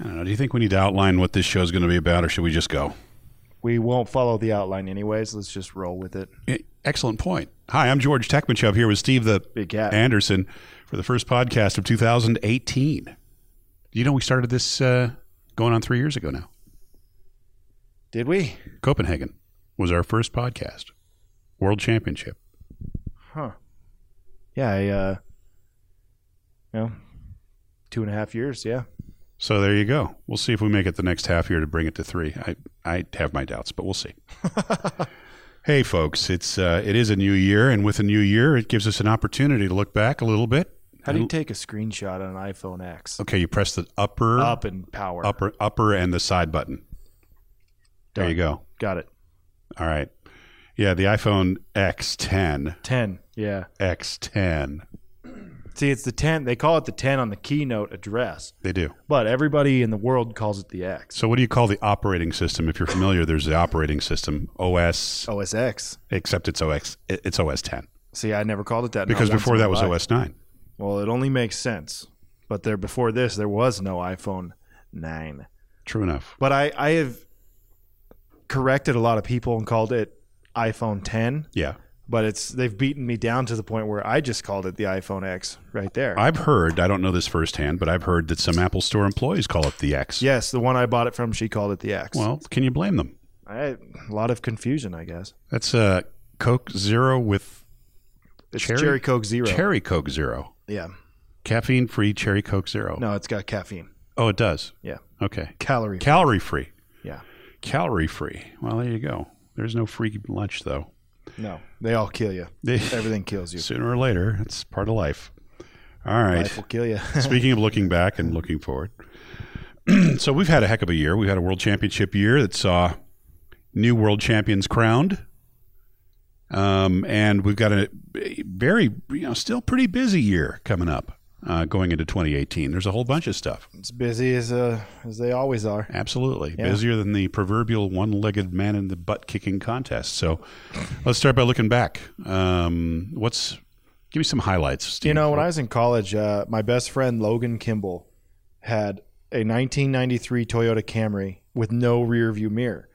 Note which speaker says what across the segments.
Speaker 1: I don't know. Do you think we need to outline what this show is going to be about, or should we just go?
Speaker 2: We won't follow the outline anyways. Let's just roll with it.
Speaker 1: Eh, Excellent point. Hi, I'm George Techmanchub here with Steve the
Speaker 2: Big Cat.
Speaker 1: Anderson for the first podcast of 2018. You know, we started this uh, going on three years ago now.
Speaker 2: Did we?
Speaker 1: Copenhagen was our first podcast, World Championship.
Speaker 2: Huh. Yeah, I, uh, you know, two and a half years. Yeah.
Speaker 1: So there you go. We'll see if we make it the next half year to bring it to three. I, I have my doubts, but we'll see. hey, folks, it's uh, it is a new year, and with a new year, it gives us an opportunity to look back a little bit.
Speaker 2: How do you take a screenshot on an iPhone X?
Speaker 1: Okay, you press the upper,
Speaker 2: Up and power.
Speaker 1: upper, upper, and the side button. There
Speaker 2: Done.
Speaker 1: you go.
Speaker 2: Got it.
Speaker 1: All right. Yeah, the iPhone X10,
Speaker 2: 10. Yeah.
Speaker 1: X10.
Speaker 2: See, it's the 10. They call it the 10 on the keynote address,
Speaker 1: They do.
Speaker 2: but everybody in the world calls it the X.
Speaker 1: So, what do you call the operating system? If you're familiar, there's the operating system OS,
Speaker 2: OS X.
Speaker 1: except it's OS. It's OS 10
Speaker 2: See, I never called it that. not
Speaker 1: because
Speaker 2: once
Speaker 1: before
Speaker 2: in my
Speaker 1: that was
Speaker 2: life.
Speaker 1: OS 9.
Speaker 2: Well, it only makes sense. But there before this, there was no iPhone 9.
Speaker 1: True enough.
Speaker 2: But I, I have corrected a lot of people and called it iPhone 10.
Speaker 1: Yeah.
Speaker 2: But it's they've beaten me down to the point where I just called it the iPhone X right there.
Speaker 1: I've heard, I don't know this firsthand, but I've heard that some Apple Store employees call it the X.
Speaker 2: yes, the one I bought it from, she called it the X.
Speaker 1: Well, can you blame them?
Speaker 2: I, a lot of confusion, I guess.
Speaker 1: That's uh, Coke Zero with
Speaker 2: It's
Speaker 1: Cherry-
Speaker 2: Cherry, Coke Zero.
Speaker 1: cherry Coke Zero.
Speaker 2: yeah.
Speaker 1: Caffeine free cherry Coke Zero.
Speaker 2: No, it's got caffeine.
Speaker 1: Oh, it does.
Speaker 2: Yeah.
Speaker 1: Okay.
Speaker 2: Calorie.
Speaker 1: Calorie free.
Speaker 2: yeah.
Speaker 1: Calorie free. Well, there you go. There's no free lunch, though.
Speaker 2: No, they all kill you.
Speaker 1: They-
Speaker 2: Everything kills you.
Speaker 1: Sooner or later, it's part of life. All right.
Speaker 2: Life will kill you.
Speaker 1: Speaking of looking back and looking forward, so we've had a heck of a year. We've had a world championship year that saw new world champions crowned. Um, and we've got a very, you know, still pretty busy year coming up uh, going into 2018. There's a whole bunch of stuff.
Speaker 2: it's busy as uh, as they always are.
Speaker 1: Absolutely. Busier than the proverbial one legged man in the butt kicking contest. So let's start by looking back. Um, what's, give me some highlights. Steve.
Speaker 2: You know, when I was in college, uh, my best friend Logan Kimball had a 1993 Toyota Camry with no rear view mirror.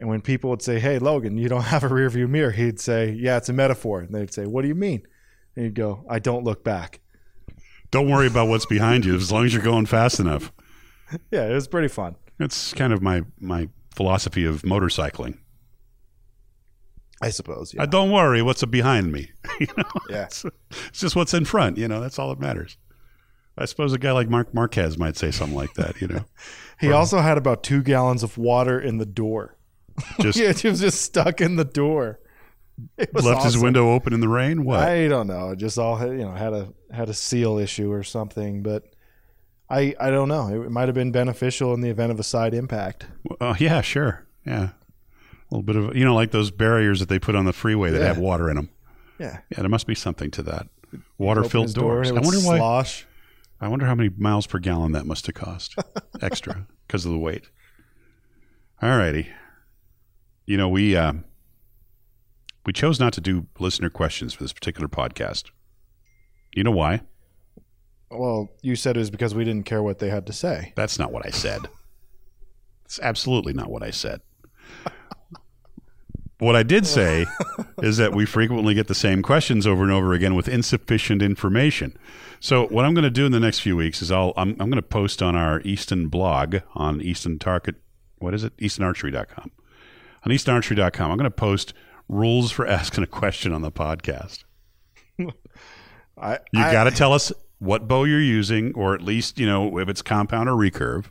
Speaker 2: And when people would say, "Hey, Logan, you don't have a rear view mirror," he'd say, "Yeah, it's a metaphor." And they'd say, "What do you mean?" And he'd go, "I don't look back."
Speaker 1: don't worry about what's behind you as long as you're going fast enough.
Speaker 2: Yeah, it was pretty fun.
Speaker 1: That's kind of my my philosophy of motorcycling.
Speaker 2: I suppose.
Speaker 1: I
Speaker 2: Yeah.
Speaker 1: don't worry what's behind me. you know,
Speaker 2: yeah.
Speaker 1: it's just what's in front. You know, that's all that matters. I suppose a guy like Mark Marquez might say something like that. You know,
Speaker 2: He also had about two gallons of water in the door.
Speaker 1: just
Speaker 2: Yeah, it was just stuck in the door. It was
Speaker 1: left his
Speaker 2: awesome.
Speaker 1: window open in the rain. What?
Speaker 2: I don't know. It just all you know had a had a seal issue or something, but I I don't know. It might have been beneficial in the event of a side impact.
Speaker 1: oh yeah, sure. Yeah, a little bit of you know, like those barriers that they put on the freeway that
Speaker 2: Yeah.
Speaker 1: have water in them.
Speaker 2: Yeah,
Speaker 1: Yeah, there must be something to that.
Speaker 2: Open
Speaker 1: Water-filled
Speaker 2: his door
Speaker 1: doors.
Speaker 2: and
Speaker 1: I
Speaker 2: it would
Speaker 1: wonder why.
Speaker 2: slosh.
Speaker 1: I wonder how many miles per gallon that must have cost extra because of the weight. All righty. You know, we uh, we chose not to do listener questions for this particular podcast. You know why?
Speaker 2: Well, you said it was because we didn't care what they had to say.
Speaker 1: That's not what I said. It's absolutely not what I said. What I did say is that we frequently get the same questions over and over again with insufficient information. So what I'm going to do in the next few weeks is I'll I'm, I'm going to post on our Easton blog on Easton Target what is it EastonArchery.com on EastonArchery.com I'm going to post rules for asking a question on the podcast.
Speaker 2: I
Speaker 1: You
Speaker 2: I-
Speaker 1: got to tell us what bow you're using, or at least you know if it's compound or recurve.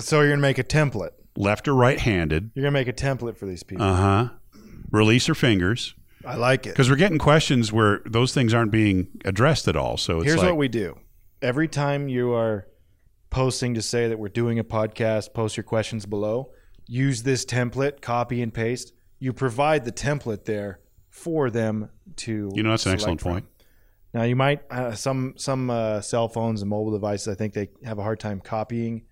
Speaker 2: so you're gonna make a template.
Speaker 1: left or right handed.
Speaker 2: You're gonna make a template for these people.
Speaker 1: Uh huh. Release your fingers
Speaker 2: I like it.
Speaker 1: because we're getting questions where those things aren't being addressed at all. So it's
Speaker 2: Here's
Speaker 1: like,
Speaker 2: what we do. Every time you are posting to say that we're doing a podcast, post your questions below. Use this template, copy and paste. You provide the template there for them to.
Speaker 1: you know that's an
Speaker 2: select
Speaker 1: excellent
Speaker 2: from.
Speaker 1: point.
Speaker 2: Now you might uh, some some uh, cell phones and mobile devices. I think they have a hard time copying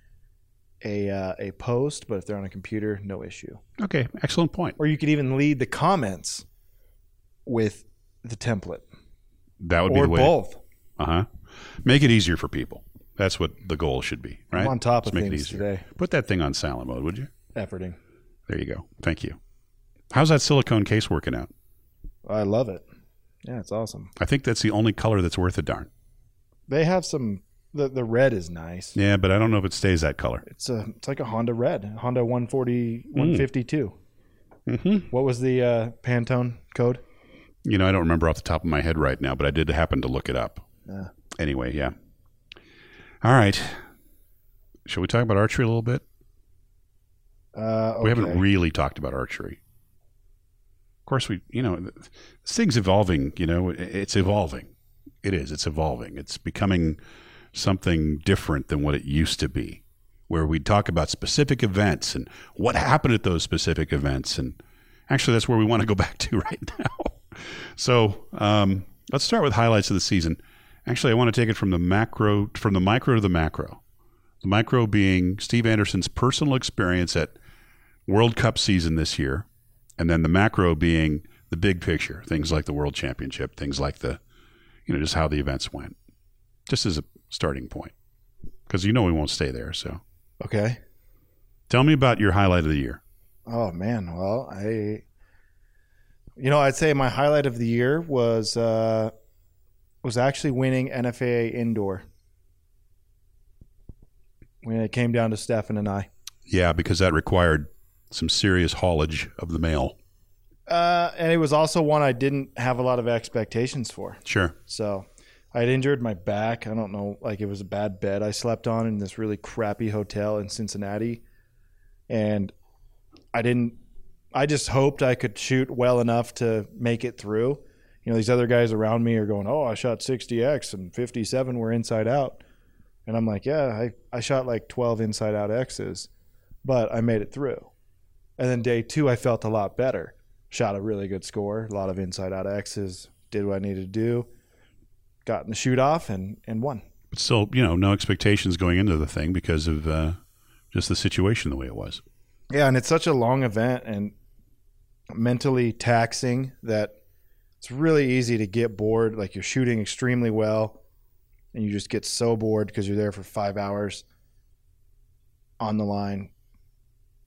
Speaker 2: a uh, a post, but if they're on a computer, no issue.
Speaker 1: Okay, excellent point.
Speaker 2: Or you could even lead the comments with the template,
Speaker 1: That would be
Speaker 2: or
Speaker 1: the way.
Speaker 2: both.
Speaker 1: Uh huh. Make it easier for people. That's what the goal should be, right?
Speaker 2: I'm on top
Speaker 1: Let's
Speaker 2: of
Speaker 1: make it
Speaker 2: things
Speaker 1: easier.
Speaker 2: today.
Speaker 1: Put that thing on silent mode, would you?
Speaker 2: Efforting.
Speaker 1: There you go. Thank you. How's that silicone case working out?
Speaker 2: I love it. Yeah, it's awesome.
Speaker 1: I think that's the only color that's worth a darn.
Speaker 2: They have some. The, the red is nice.
Speaker 1: Yeah, but I don't know if it stays that color.
Speaker 2: It's a it's like a Honda red, Honda 140 152.
Speaker 1: hmm
Speaker 2: What was the uh, Pantone code?
Speaker 1: You know, I don't remember off the top of my head right now, but I did happen to look it up.
Speaker 2: Yeah.
Speaker 1: Anyway, yeah. All right. Shall we talk about archery a little bit?
Speaker 2: Uh, okay.
Speaker 1: We haven't really talked about archery. Of course, we, you know, th- this thing's evolving, you know, i- it's evolving. It is, it's evolving. It's becoming something different than what it used to be, where we talk about specific events and what happened at those specific events. And actually, that's where we want to go back to right now. So um, let's start with highlights of the season. Actually, I want to take it from the macro, from the micro to the macro. The micro being Steve Anderson's personal experience at World Cup season this year, and then the macro being the big picture, things like the World Championship, things like the, you know, just how the events went, just as a starting point, because you know we won't stay there. So
Speaker 2: okay.
Speaker 1: tell me about your highlight of the year.
Speaker 2: Oh man, well, I you know, I'd say my highlight of the year was uh was actually winning NFAA indoor. When it came down to Stefan and I.
Speaker 1: Yeah, because that required some serious haulage of the mail.
Speaker 2: Uh and it was also one I didn't have a lot of expectations for.
Speaker 1: Sure.
Speaker 2: So I had injured my back. I don't know, like it was a bad bed I slept on in this really crappy hotel in Cincinnati. And I didn't, I just hoped I could shoot well enough to make it through. You know, these other guys around me are going, oh, I shot 60X and 57 were inside out. And I'm like, yeah, I, I shot like 12 inside out X's, but I made it through. And then day two, I felt a lot better. Shot a really good score, a lot of inside out X's, did what I needed to do got in the shoot off and and won.
Speaker 1: But still, you know, no expectations going into the thing because of uh, just the situation the way it was.
Speaker 2: Yeah, and it's such a long event and mentally taxing that it's really easy to get bored. Like you're shooting extremely well, and you just get so bored because you're there for five hours on the line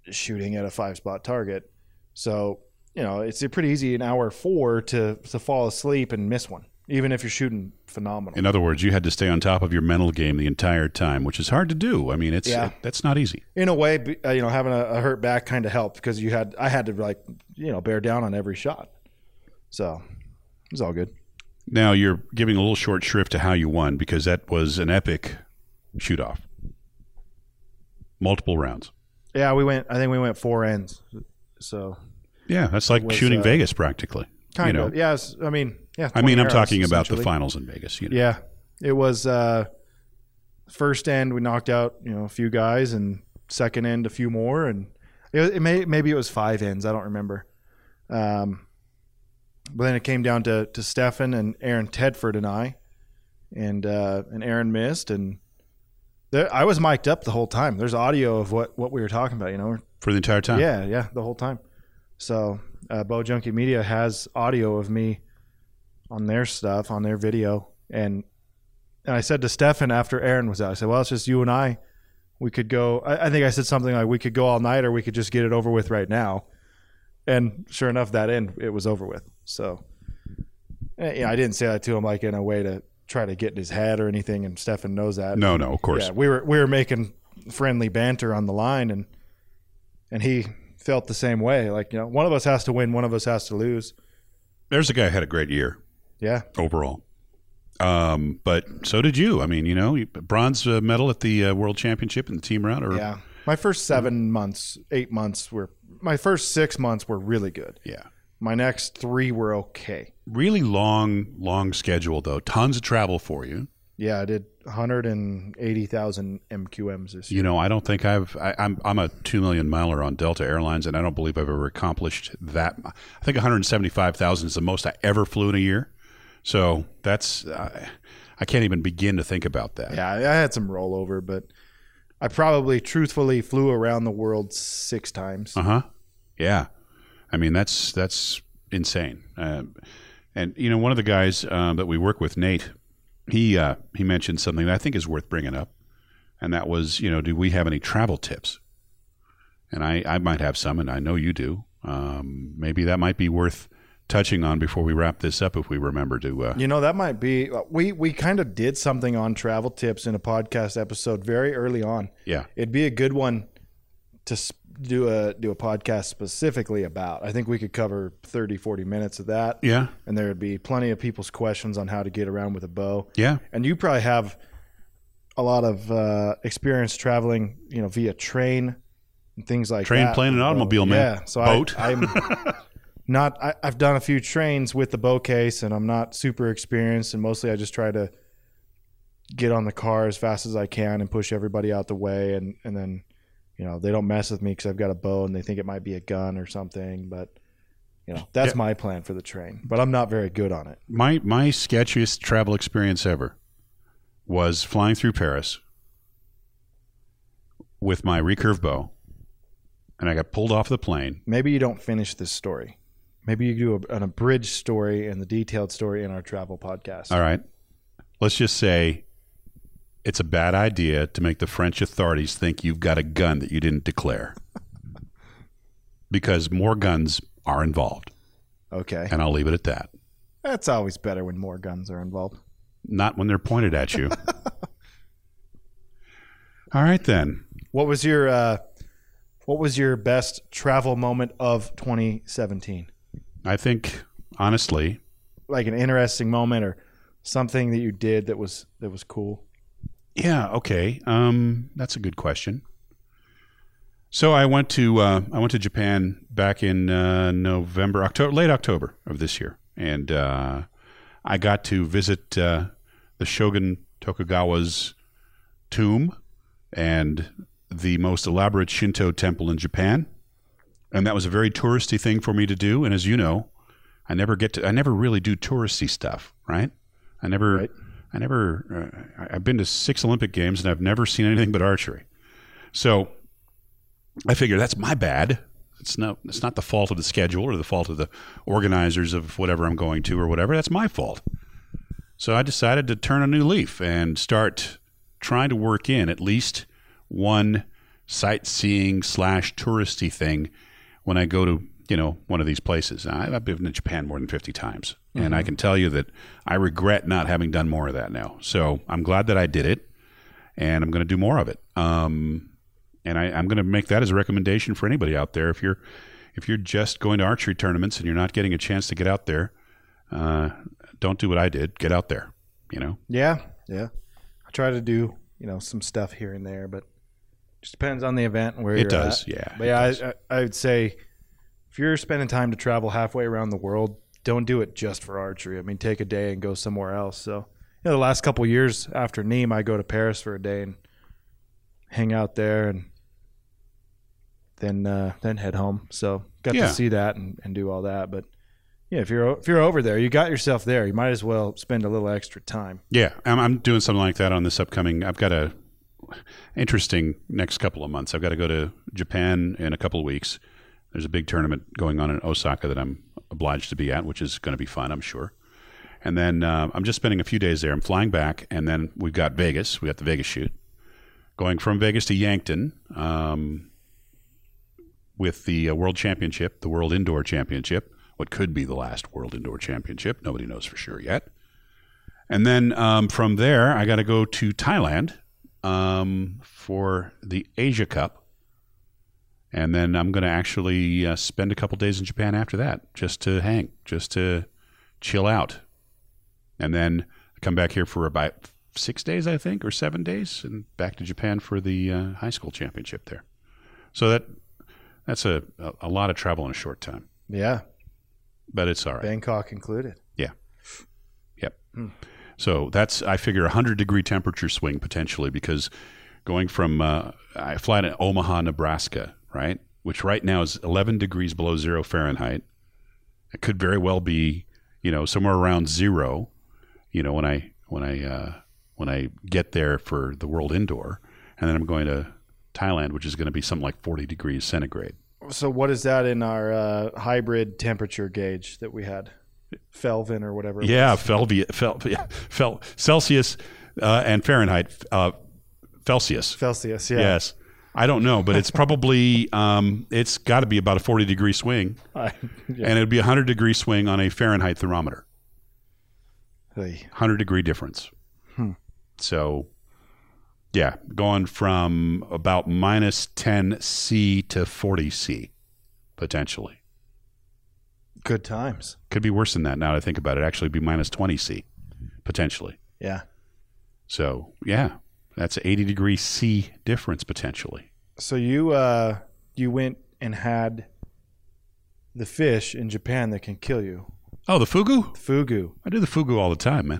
Speaker 2: shooting at a five spot target. So you know it's pretty easy in hour four to to fall asleep and miss one, even if you're shooting phenomenal.
Speaker 1: In other words, you had to stay on top of your mental game the entire time, which is hard to do. I mean, it's
Speaker 2: Yeah.
Speaker 1: that's not easy.
Speaker 2: in a way, be- uh, you know, having a, a hurt back kind of helped because you had I had to like you know bear down on every shot, so it was all good.
Speaker 1: Now you're giving a little short shrift to how you won because that was an epic shoot off. Multiple rounds.
Speaker 2: Yeah, we went. I think we went four ends, so
Speaker 1: Yeah, that's like
Speaker 2: Was,
Speaker 1: shooting
Speaker 2: uh,
Speaker 1: Vegas practically.
Speaker 2: kind
Speaker 1: you know,
Speaker 2: of. Yeah, it's- I mean, yeah.
Speaker 1: I mean, I'm
Speaker 2: 20 arrows,
Speaker 1: talking about the
Speaker 2: essentially.
Speaker 1: finals in Vegas. You know.
Speaker 2: Yeah, it was uh, first end we knocked out you know a few guys, and second end a few more, and it, it may maybe it was five ends. I don't remember. Um, but then it came down to to Stefan and Aaron Tedford and I, and uh, and Aaron missed, and there, I was mic'd up the whole time. There's audio of what what we were talking about. You know,
Speaker 1: for the entire time.
Speaker 2: yeah, yeah, the whole time. So, uh, Bow Junkie Media has audio of me on their stuff, on their video, and and I said to Stefan after Aaron was out, I said, "Well, it's just you and I. We could go. I, I think I said something like we could go all night, or we could just get it over with right now." And sure enough, that end it was over with. So, eh, yeah, I didn't say that to him like in a way to try to get in his head or anything, and Stefan knows that.
Speaker 1: No, no, of course.
Speaker 2: Yeah, we were we were making friendly banter on the line, and and he felt the same way. Like you know, one of us has to win, one of us has to lose.
Speaker 1: There's a guy who had a great year
Speaker 2: Yeah,
Speaker 1: overall. Um, but so did you. I mean, you know, you- bronze uh, medal at the uh, World Championship in the team round. Or,
Speaker 2: yeah. My first seven months, eight months were my first six months were really good.
Speaker 1: yeah.
Speaker 2: My next three were okay.
Speaker 1: Really long, long schedule, though. Tons of travel for you.
Speaker 2: Yeah, I did 180,000 MQMs this year.
Speaker 1: You know, I don't think I've. I, I'm I'm a two million miler on Delta Airlines, and I don't believe I've ever accomplished that. I think 175,000 is the most I ever flew in a year. So that's I, I can't even begin to think about that.
Speaker 2: Yeah, I I had some rollover, but I probably truthfully flew around the world six times.
Speaker 1: Uh huh. Yeah. I mean, that's that's insane. Um, and you know, one of the guys um, that we work with, Nate, he uh, he mentioned something that I think is worth bringing up. and that was, you know, do we have any travel tips? And I, I might have some, and I know you do. Um, maybe that might be worth touching on before we wrap this up, if we remember to. Uh,
Speaker 2: You know, that might be we we kind of did something on travel tips in a podcast episode very early on.
Speaker 1: yeah,
Speaker 2: It'd be a good one to s- do a do a podcast specifically about. I think we could cover 30 40 minutes of that
Speaker 1: yeah,
Speaker 2: and there would be plenty of people's questions on how to get around with a bow.
Speaker 1: yeah,
Speaker 2: And you probably have a lot of uh, experience traveling, you know, via train and things like
Speaker 1: Train,
Speaker 2: that.
Speaker 1: plane, and
Speaker 2: So,
Speaker 1: automobile, man.
Speaker 2: Yeah. So
Speaker 1: Boat.
Speaker 2: I, I'm not. I, I've done a few trains with the bow case, and I'm not super experienced. And mostly, I just try to get on the car as fast as I can and push everybody out the way, and and then you know they don't mess with me because I've got a bow and they think it might be a gun or something, but. You know, that's my plan for the train, but I'm not very good on it.
Speaker 1: my my sketchiest travel experience ever was flying through Paris with my recurve bow, and I got pulled off the plane.
Speaker 2: Maybe you don't finish this story. Maybe you do a, an abridged story and the detailed story in our travel podcast.
Speaker 1: All right, let's just say it's a bad idea to make the French authorities think you've got a gun that you didn't declare, because more guns are involved,
Speaker 2: Okay.
Speaker 1: and I'll leave it at that.
Speaker 2: That's always better when more guns are involved.
Speaker 1: Not when they're pointed at you. All right then.
Speaker 2: What was your uh, what was your best travel moment of 2017?
Speaker 1: I think honestly,
Speaker 2: Like an interesting moment or something that you did that was that was cool.
Speaker 1: Yeah. Okay. Um, that's a good question. So I went to uh, I went to Japan back in uh, November, October, late October of this year, and uh, I got to visit uh, the Shogun Tokugawa's tomb and the most elaborate Shinto temple in Japan, and that was a very touristy thing for me to do. And as you know, I never get to I never really do touristy stuff, right? I never
Speaker 2: Right.
Speaker 1: I never uh, I- I've been to six Olympic games and I've never seen anything but archery. So I figure that's my bad. It's no it's not the fault of the schedule or the fault of the organizers of whatever I'm going to or whatever. That's my fault. So I decided to turn a new leaf and start trying to work in at least one sightseeing slash touristy thing when I go to you know one of these places. I, I've been to Japan more than fifty times, and I can tell you that I regret not having done more of that now. So I'm glad that I did it, and I'm going to do more of it. Um, and I, I'm going to make that as a recommendation for anybody out there. If you're if you're just going to archery tournaments and you're not getting a chance to get out there, uh, don't do what I did. Get out there. You know,
Speaker 2: Yeah, yeah. I try to do you know some stuff here and there, but just depends on the event and where
Speaker 1: it
Speaker 2: you're at.
Speaker 1: does. Yeah.
Speaker 2: But
Speaker 1: it
Speaker 2: yeah,
Speaker 1: does.
Speaker 2: I, I, I would say if you're spending time to travel halfway around the world, don't do it just for archery. I mean, take a day and go somewhere else. So, you know, the last couple years after Nîmes, I go to Paris for a day and hang out there and then uh, then head home. So, got
Speaker 1: Yeah.
Speaker 2: to see that and, and do all that. But yeah, if you're o- if you're over there, you got yourself there. You might as well spend a little extra time.
Speaker 1: Yeah, I'm, I'm doing something like that on this upcoming. I've got a interesting next couple of months. I've got to go to Japan in a couple of weeks. There's a big tournament going on in Osaka that I'm obliged to be at, which is going to be fun, I'm sure. And then uh, I'm just spending a few days there. I'm flying back, and then we've got Vegas. We got the Vegas shoot. Going from Vegas to Yankton um, with the uh, World Championship, the World Indoor Championship, what could be the last World Indoor Championship. Nobody knows for sure yet. And then um, from there, I got to go to Thailand um, for the Asia Cup. And then I'm going to actually uh, spend a couple days in Japan after that just to hang, just to chill out. And then I come back here for about six days, I think, or seven days, and back to Japan for the uh, high school championship there. So that that's a, a, a lot of travel in a short time,
Speaker 2: Yeah,
Speaker 1: but it's all right.
Speaker 2: Bangkok included.
Speaker 1: So that's I figure a hundred degree temperature swing potentially because going from uh, I fly to Omaha, Nebraska, right, which right now is eleven degrees below zero Fahrenheit. It could very well be you know somewhere around zero. You know when I when I uh, when I get there for the World Indoor, and then I'm going to Thailand, which is going to be something like forty degrees centigrade.
Speaker 2: So what is that in our uh, hybrid temperature gauge that we had, Felvin or whatever? it
Speaker 1: Yeah,
Speaker 2: was?
Speaker 1: Felvia, Fel, yeah, Fel, Celsius uh, and Fahrenheit. Uh, Celsius.
Speaker 2: Celsius, yeah.
Speaker 1: Yes. I don't know, but it's probably um, it's got to be about a 40 degree swing,
Speaker 2: I, yeah.
Speaker 1: and it'd be a 100 degree swing on a Fahrenheit thermometer.
Speaker 2: Hey,
Speaker 1: 100 degree difference.
Speaker 2: Hmm.
Speaker 1: So, yeah, going from about minus 10 C to 40 C potentially.
Speaker 2: good times.
Speaker 1: Could be worse than that now that I think about it. Actually, it'd be minus 20 C potentially.
Speaker 2: Yeah.
Speaker 1: So, yeah, that's an 80 degree C difference potentially.
Speaker 2: So you uh you went and had the fish in Japan that can kill you.
Speaker 1: Oh, the fugu?
Speaker 2: Fugu.
Speaker 1: I do the fugu all the time, man.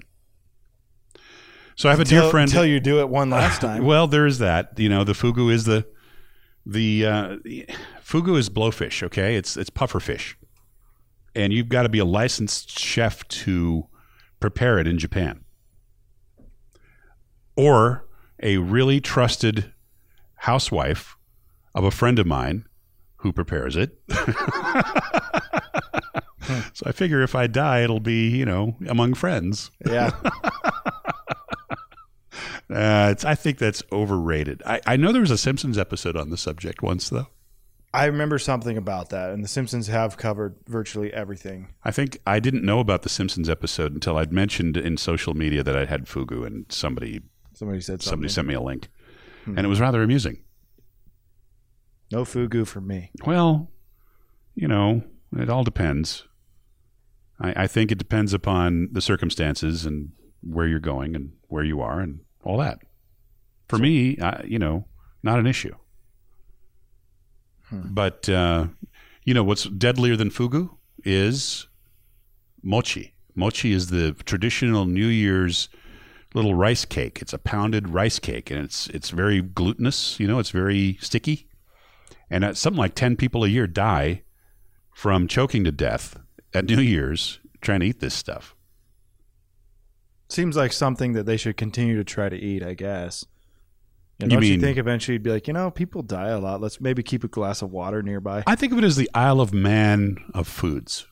Speaker 1: So I have a
Speaker 2: Till-
Speaker 1: dear friend.
Speaker 2: Till you do it one last time.
Speaker 1: Well, there is that. You know, the fugu is the the uh, fugu is blowfish. Okay, it's it's pufferfish, and you've got to be a licensed chef to prepare it in Japan, or a really trusted housewife of a friend of mine who prepares it. so I figure if I die, it'll be you know among friends.
Speaker 2: yeah.
Speaker 1: Uh, it's, I think that's overrated. I, I know there was a Simpsons episode on the subject once, though.
Speaker 2: I remember something about that, and the Simpsons have covered virtually everything.
Speaker 1: I think I didn't know about the Simpsons episode until I'd mentioned in social media that I'd had fugu, and somebody
Speaker 2: Somebody said something.
Speaker 1: somebody sent me a link,
Speaker 2: Hmm.
Speaker 1: and it was rather amusing.
Speaker 2: no fugu for me.
Speaker 1: Well, you know, it all depends. I, I think it depends upon the circumstances and where you're going and where you are and all that. For me, I, you know, not an issue.
Speaker 2: Hmm.
Speaker 1: But uh, you know what's deadlier than fugu is mochi. Mochi is the traditional New Year's little rice cake. It's a pounded rice cake, and it's it's very glutinous. You know, it's very sticky and uh, something like 10 people a year die from choking to death at New Year's trying to eat this stuff.
Speaker 2: Seems like something that they should continue to try to eat, I guess. And
Speaker 1: You
Speaker 2: don't
Speaker 1: mean-
Speaker 2: you think eventually you'd be like, you know, people die a lot. Let's maybe keep a glass of water nearby.
Speaker 1: I think of it as the Isle of Man of foods.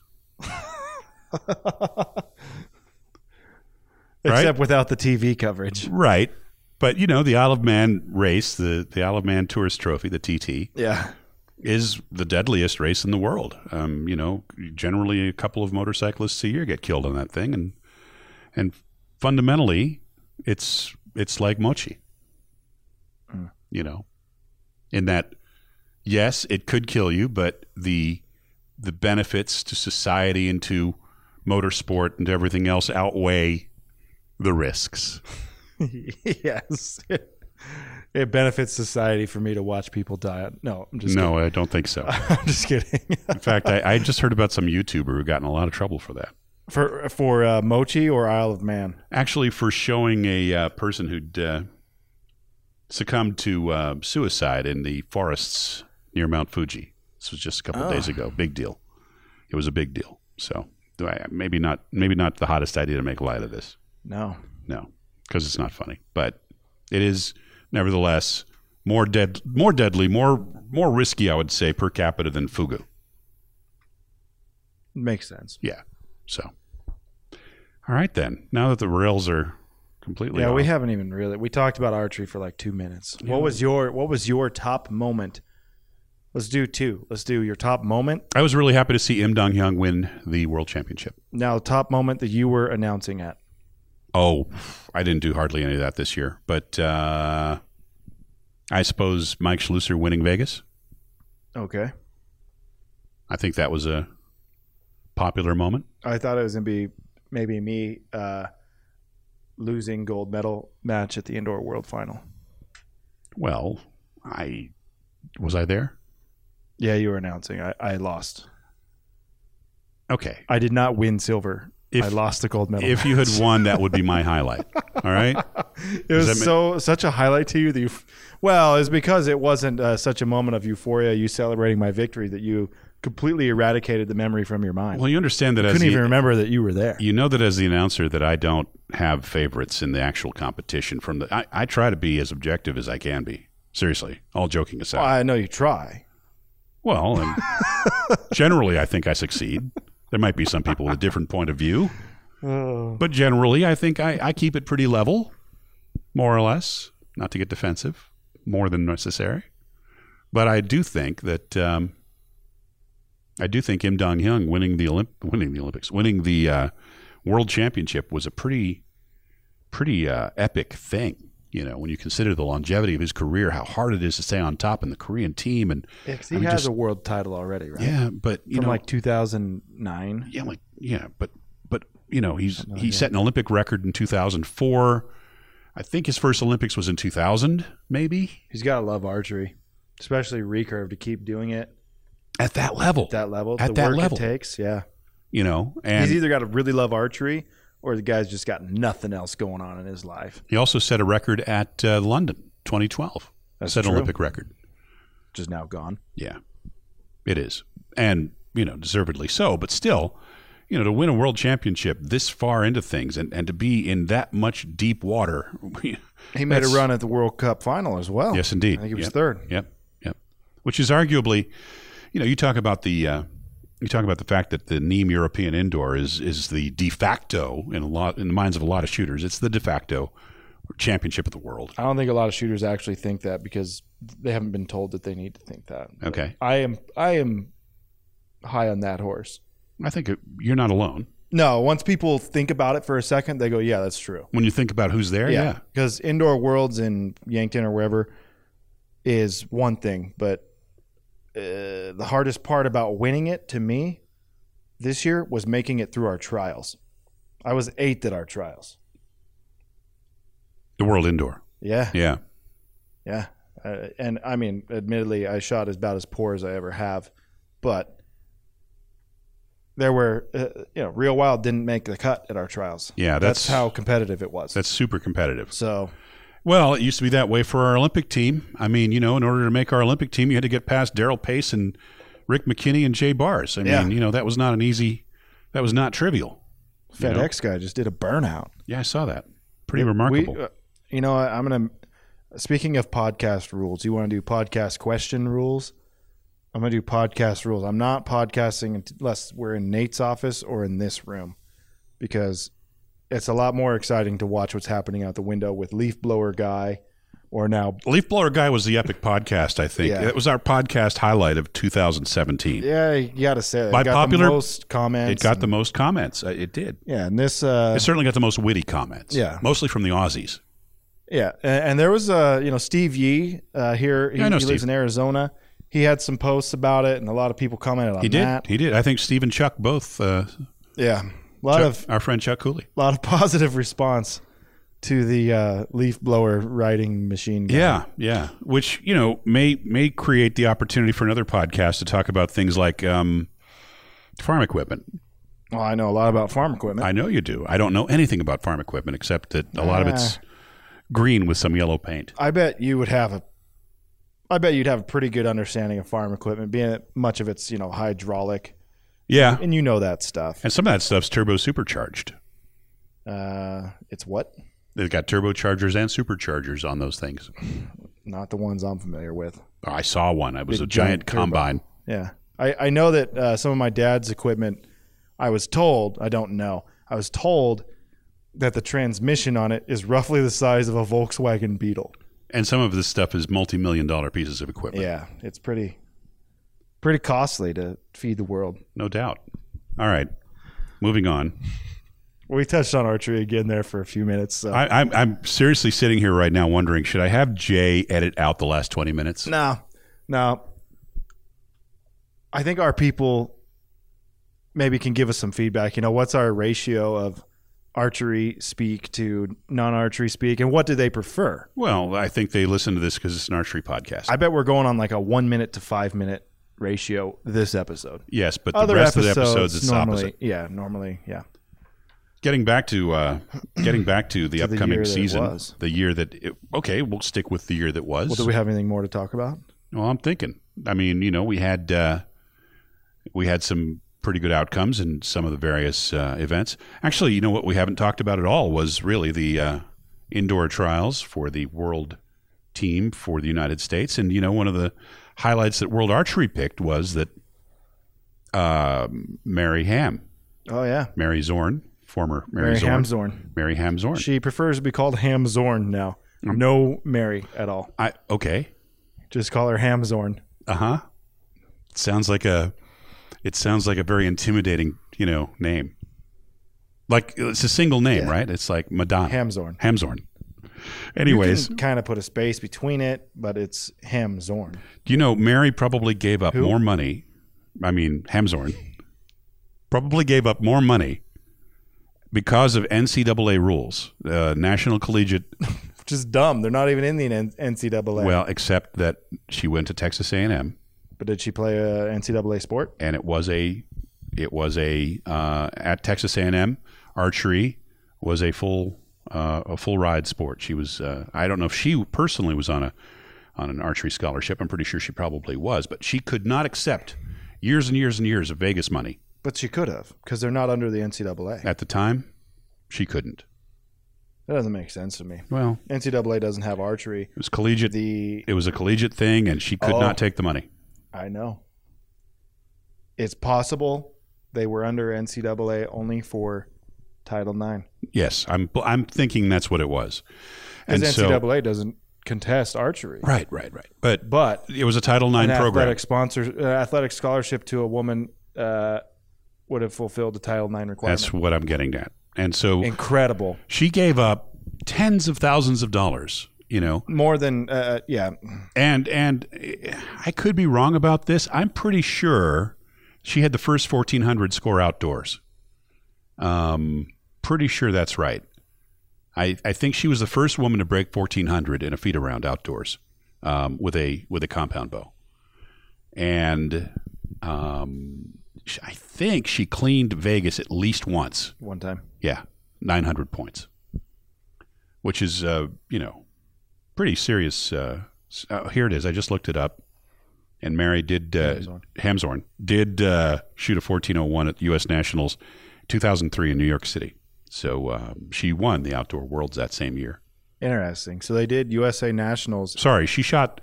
Speaker 2: Except without the TV coverage.
Speaker 1: Right. But, you know, the Isle of Man race, the, the Isle of Man Tourist Trophy, the TT,
Speaker 2: Yeah.
Speaker 1: is the deadliest race in the world. Um, you know, generally a couple of motorcyclists a year get killed on that thing. And, and fundamentally, it's, it's like mochi,
Speaker 2: Mm.
Speaker 1: you know, in that, yes, it could kill you, but the, the benefits to society and to motorsport and to everything else outweigh the risks.
Speaker 2: yes. it benefits society for me to watch people die. No, I'm just
Speaker 1: no, I don't think so.
Speaker 2: kidding. I'm just kidding.
Speaker 1: In fact, I, I just heard about some YouTuber who got in a lot of trouble for that.
Speaker 2: for for uh, Mochi or Isle of Man.
Speaker 1: actually for showing a uh, person who'd uh, succumbed to uh, suicide in the forests near Mount Fuji. This was just a couple of
Speaker 2: Oh.
Speaker 1: days ago. Big deal. It was a big deal. So I- maybe not. Maybe not the hottest idea to make light of this.
Speaker 2: No.
Speaker 1: No, because it's not funny. But it is nevertheless more dead, more deadly, more more risky. I would say per capita than fugu.
Speaker 2: Makes sense.
Speaker 1: Yeah. So. All right then. Now that the rails are completely
Speaker 2: Yeah, we
Speaker 1: off-
Speaker 2: haven't even really we talked about archery for like two minutes. What was your what was your top moment? Let's do two. Let's do your top moment.
Speaker 1: I was really happy to see Im Dong Hyung win the world championship.
Speaker 2: Now top moment that you were announcing at.
Speaker 1: Oh, I didn't do hardly any of that this year, but uh, I suppose Mike Schlusser winning Vegas.
Speaker 2: Okay.
Speaker 1: I think that was a popular moment.
Speaker 2: I thought it was gonna be maybe me uh losing gold medal match at the indoor world final.
Speaker 1: Well, I was I there?
Speaker 2: Yeah, you were announcing. I, I lost.
Speaker 1: Okay.
Speaker 2: I did not win silver.
Speaker 1: If-
Speaker 2: I lost the gold medal.
Speaker 1: If you had won, that would be my highlight. All right.
Speaker 2: it was
Speaker 1: that mean-
Speaker 2: so such a highlight to you that you, f- well, it's because it wasn't uh, such a moment of euphoria, you celebrating my victory, that you completely eradicated the memory from your mind.
Speaker 1: Well, you understand that as
Speaker 2: Couldn't
Speaker 1: the,
Speaker 2: even remember that you were there.
Speaker 1: you know that as the announcer that I don't have favorites in the actual competition. From the I, I try to be as objective as I can be. Seriously, all joking aside.
Speaker 2: Well, I know you try.
Speaker 1: Well, and generally, I think I succeed. There might be some people with a different point of view, Oh. but generally, I think I, I keep it pretty level, more or less. not to get defensive, more than necessary. But I do think that um, I do think Im Dong Hyung winning the Olymp- winning the Olympics, winning the uh, World Championship was a pretty pretty uh, epic thing. You know, when you consider the longevity of his career, how hard it is to stay on top in the Korean team, and
Speaker 2: Yeah, 'cause he
Speaker 1: I mean,
Speaker 2: has
Speaker 1: just-
Speaker 2: a world title already, right?
Speaker 1: yeah, but you
Speaker 2: From
Speaker 1: know,
Speaker 2: like 2009.
Speaker 1: yeah, like yeah, but but you know, he's
Speaker 2: don't know,
Speaker 1: he
Speaker 2: yeah.
Speaker 1: set an Olympic record in 2004. I think his first Olympics was in 2000, maybe
Speaker 2: He's got to love archery, especially recurve to keep doing it
Speaker 1: at that level.
Speaker 2: at that level.
Speaker 1: At
Speaker 2: the
Speaker 1: that
Speaker 2: work
Speaker 1: level.
Speaker 2: it takes, yeah.
Speaker 1: you know, and
Speaker 2: He's either got to really love archery or the guy's just got nothing else going on in his life.
Speaker 1: he also set a record at uh, London 2012.
Speaker 2: That's
Speaker 1: set an
Speaker 2: true.
Speaker 1: Olympic record.
Speaker 2: Just now gone.
Speaker 1: Yeah, it is, and you know, deservedly so. But still, you know, to win a world championship this far into things and and to be in that much deep water.
Speaker 2: He made
Speaker 1: That's-
Speaker 2: a run at the World Cup final as well.
Speaker 1: yes, indeed.
Speaker 2: Oh, I think he was
Speaker 1: Yep.
Speaker 2: third.
Speaker 1: Yep, yep. Which is arguably, you know, you talk about the uh, you talk about the fact that the Nîmes European Indoor is is the de facto in a lot in the minds of a lot of shooters. It's the de facto championship of the world.
Speaker 2: I don't think a lot of shooters actually think that because they haven't been told that they need to think that.
Speaker 1: Okay,
Speaker 2: I am I am high on that horse.
Speaker 1: I think it, you're not alone
Speaker 2: No, once people think about it for a second, they go, "Yeah, that's true."
Speaker 1: when you think about who's there. Yeah,
Speaker 2: because indoor worlds in Yankton or wherever is one thing, but uh, the hardest part about winning it to me this year was making it through our trials. I was eighth at our trials.
Speaker 1: the world indoor.
Speaker 2: Yeah,
Speaker 1: Yeah,
Speaker 2: yeah, uh, and I mean, admittedly, I shot as about as poor as I ever have, but there were, uh, you know, Real Wild didn't make the cut at our trials.
Speaker 1: yeah. That's,
Speaker 2: that's how competitive it was.
Speaker 1: That's super competitive.
Speaker 2: So
Speaker 1: Well, it used to be that way for our Olympic team. I mean, you know, in order to make our Olympic team, you had to get past Daryl Pace and Rick McKinney and Jay Bars. I mean,
Speaker 2: Yeah.
Speaker 1: you know, that was not an easy. That was not trivial. You know?
Speaker 2: FedEx guy just did a burnout.
Speaker 1: Yeah, I saw that. Pretty
Speaker 2: We-
Speaker 1: remarkable.
Speaker 2: uh, you know, I, I'm gonna. Speaking of podcast rules, you want to do podcast question rules? I'm gonna do podcast rules. I'm not podcasting unless we're in Nate's office or in this room, because it's a lot more exciting to watch what's happening out the window with leaf blower guy, or now.
Speaker 1: Leaf Blower Guy was the epic podcast, I think.
Speaker 2: Yeah.
Speaker 1: That was our podcast highlight of 2017.
Speaker 2: Yeah, you gotta say that. It
Speaker 1: By
Speaker 2: got
Speaker 1: popular-
Speaker 2: the most comments.
Speaker 1: It got the most comments. Uh, It did.
Speaker 2: yeah, and this uh,
Speaker 1: It certainly got the most witty comments.
Speaker 2: Yeah.
Speaker 1: Mostly from the Aussies.
Speaker 2: Yeah, and, and there was uh, you know Steve Yee uh, here. He,
Speaker 1: Yeah, I know
Speaker 2: he lives
Speaker 1: Steve.
Speaker 2: in Arizona. He had some posts about it, and a lot of people commented on
Speaker 1: He did.
Speaker 2: that.
Speaker 1: He did. I think Steve and Chuck both. Uh,
Speaker 2: Yeah, a lot
Speaker 1: Chuck-
Speaker 2: of
Speaker 1: our friend Chuck Cooley.
Speaker 2: lot of positive response to the uh, leaf blower writing machine. guy.
Speaker 1: Yeah, yeah. Which you know may may create the opportunity for another podcast to talk about things like um, farm equipment.
Speaker 2: well, I know a lot about farm equipment.
Speaker 1: I know you do. I don't know anything about farm equipment except that a lot of
Speaker 2: Ah.
Speaker 1: it's green with some yellow paint.
Speaker 2: I, bet you would have a. I bet you'd have a pretty good understanding of farm equipment, being that much of it's you know hydraulic,
Speaker 1: Yeah,
Speaker 2: and you know that stuff.
Speaker 1: and some of that stuff's turbo supercharged.
Speaker 2: Uh, it's what
Speaker 1: They've got turbochargers and superchargers on those things.
Speaker 2: not the ones I'm familiar with.
Speaker 1: I saw one. It was
Speaker 2: Big
Speaker 1: a giant
Speaker 2: giant turbo.
Speaker 1: combine.
Speaker 2: Yeah. I, I know that uh, some of my dad's equipment, I was told, I don't know, I was told that the transmission on it is roughly the size of a Volkswagen Beetle.
Speaker 1: And some of this stuff is multi-million dollar pieces of equipment.
Speaker 2: Yeah. It's pretty, pretty costly to feed the world.
Speaker 1: No doubt. All right. Moving on.
Speaker 2: We touched on archery again there for a few minutes. So.
Speaker 1: I, I'm, I'm seriously sitting here right now wondering should I have Jay edit out the last 20 minutes?
Speaker 2: no, no. I think our people maybe can give us some feedback. You know, what's our ratio of archery speak to non archery speak, and what do they prefer?
Speaker 1: Well, I think they listen to this because it's an archery podcast.
Speaker 2: I bet we're going on like a one minute to five minute ratio this episode.
Speaker 1: yes, but the rest of the episodes, it's
Speaker 2: normally,
Speaker 1: opposite.
Speaker 2: yeah, normally, yeah.
Speaker 1: Getting back to uh, getting back to the
Speaker 2: To the
Speaker 1: upcoming
Speaker 2: year that it
Speaker 1: season,
Speaker 2: was.
Speaker 1: the year that it, okay, we'll stick with the year that was.
Speaker 2: Well,
Speaker 1: Well,
Speaker 2: do we have anything more to talk about?
Speaker 1: I'm thinking. I mean, you know, we had uh, we had some pretty good outcomes in some of the various uh, events. Actually, you know what we haven't talked about at all was really the uh, indoor trials for the world team for the United States. And you know, one of the highlights that World Archery picked was that uh, Mary Ham,
Speaker 2: Oh yeah,
Speaker 1: Mary Zorn, former Mary,
Speaker 2: Mary
Speaker 1: Zorn,
Speaker 2: Hamzorn.
Speaker 1: Mary Ham Zorn.
Speaker 2: She prefers to be called Hamzorn now.
Speaker 1: Hmm.
Speaker 2: No Mary at all.
Speaker 1: I okay.
Speaker 2: Just call her Hamzorn.
Speaker 1: Uh huh. Sounds like a. It sounds like a very intimidating, you know, name. Like it's a single name, right? It's like Madonna
Speaker 2: Hamzorn.
Speaker 1: Hamzorn. Anyways,
Speaker 2: kind of put a space between it, but it's Hamzorn.
Speaker 1: you know, Mary probably gave up more money. I mean, Hamzorn probably gave up more money because of NCAA rules, uh, National Collegiate.
Speaker 2: Which is dumb. They're not even in the N- NCAA.
Speaker 1: Well, except that she went to Texas A&M.
Speaker 2: but did she play a NCAA sport?
Speaker 1: and it was a it was a uh, at Texas A&M archery was a full uh, a full ride sport. She was uh, I don't know if she personally was on a on an archery scholarship. I'm pretty sure she probably was, but she could not accept years and years and years of Vegas money
Speaker 2: But she could have because they're not under the NCAA.
Speaker 1: at the time. She couldn't.
Speaker 2: That doesn't make sense to me.
Speaker 1: Well,
Speaker 2: NCAA doesn't have archery.
Speaker 1: it was collegiate.
Speaker 2: The
Speaker 1: it was a collegiate thing, and she could
Speaker 2: Oh.
Speaker 1: not take the money.
Speaker 2: I know. It's possible they were under NCAA only for Title IX
Speaker 1: Yes, I'm. I'm thinking that's what it was.
Speaker 2: because
Speaker 1: And so,
Speaker 2: NCAA doesn't contest archery,
Speaker 1: right, right, right. But
Speaker 2: but
Speaker 1: it was a Title IX
Speaker 2: an
Speaker 1: program.
Speaker 2: athletic sponsor, uh, athletic scholarship to a woman uh, would have fulfilled the Title IX requirement.
Speaker 1: That's what I'm getting at. And so
Speaker 2: incredible.
Speaker 1: she gave up tens of thousands of dollars, you know.
Speaker 2: More than uh, yeah,
Speaker 1: And and eh, I could be wrong about this. I'm pretty sure she had the first 1400 score outdoors. Um pretty sure that's right. I, I think she was the first woman to break 1400 in a feet around outdoors um, with a with a compound bow. And um, sh- I think she cleaned Vegas at least once.
Speaker 2: one time.
Speaker 1: Yeah, 900 points, which is, uh, you know, pretty serious. Uh, s- oh, here it is. I just looked it up. And Mary did, uh, Hamzorn, did uh, shoot a 1401 at U.S. Nationals 2003 in New York City. So um, she won the Outdoor Worlds that same year.
Speaker 2: Interesting. So they did USA Nationals.
Speaker 1: Sorry, she shot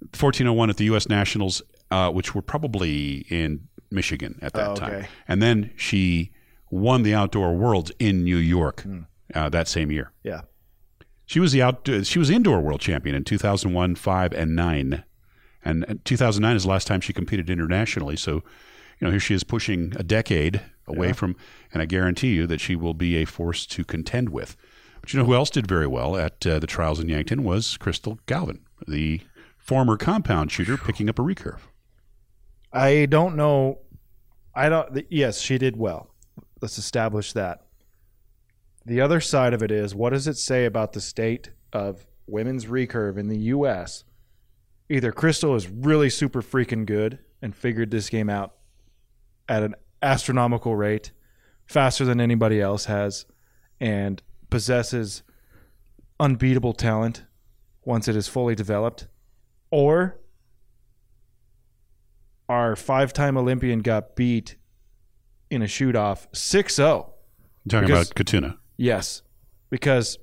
Speaker 1: 1401 at the U.S. Nationals, uh, which were probably in Michigan at that
Speaker 2: Oh,
Speaker 1: time.
Speaker 2: okay.
Speaker 1: And then she won the Outdoor Worlds in New York
Speaker 2: Hmm.
Speaker 1: uh, that same year.
Speaker 2: Yeah,
Speaker 1: She was the out. uh, She was the indoor world champion in 2001, five, and nine. And uh, 2009 is the last time she competed internationally. So, you know, here she is pushing a decade away from. And I guarantee you that she will be a force to contend with. But you know who else did very well at uh, the trials in Yankton was Crystal Galvin, the former compound shooter, picking up a recurve.
Speaker 2: I don't know. I don't. th- yes, she did well. Let's establish that. The other side of it is, what does it say about the state of women's recurve in the U.S.? Either Crystal is really super freaking good and figured this game out at an astronomical rate, faster than anybody else has, and possesses unbeatable talent once it is fully developed, or our five time Olympian got beat in a shoot off 6 0.
Speaker 1: I'm talking
Speaker 2: Because-
Speaker 1: about Katuna.
Speaker 2: Yes. Because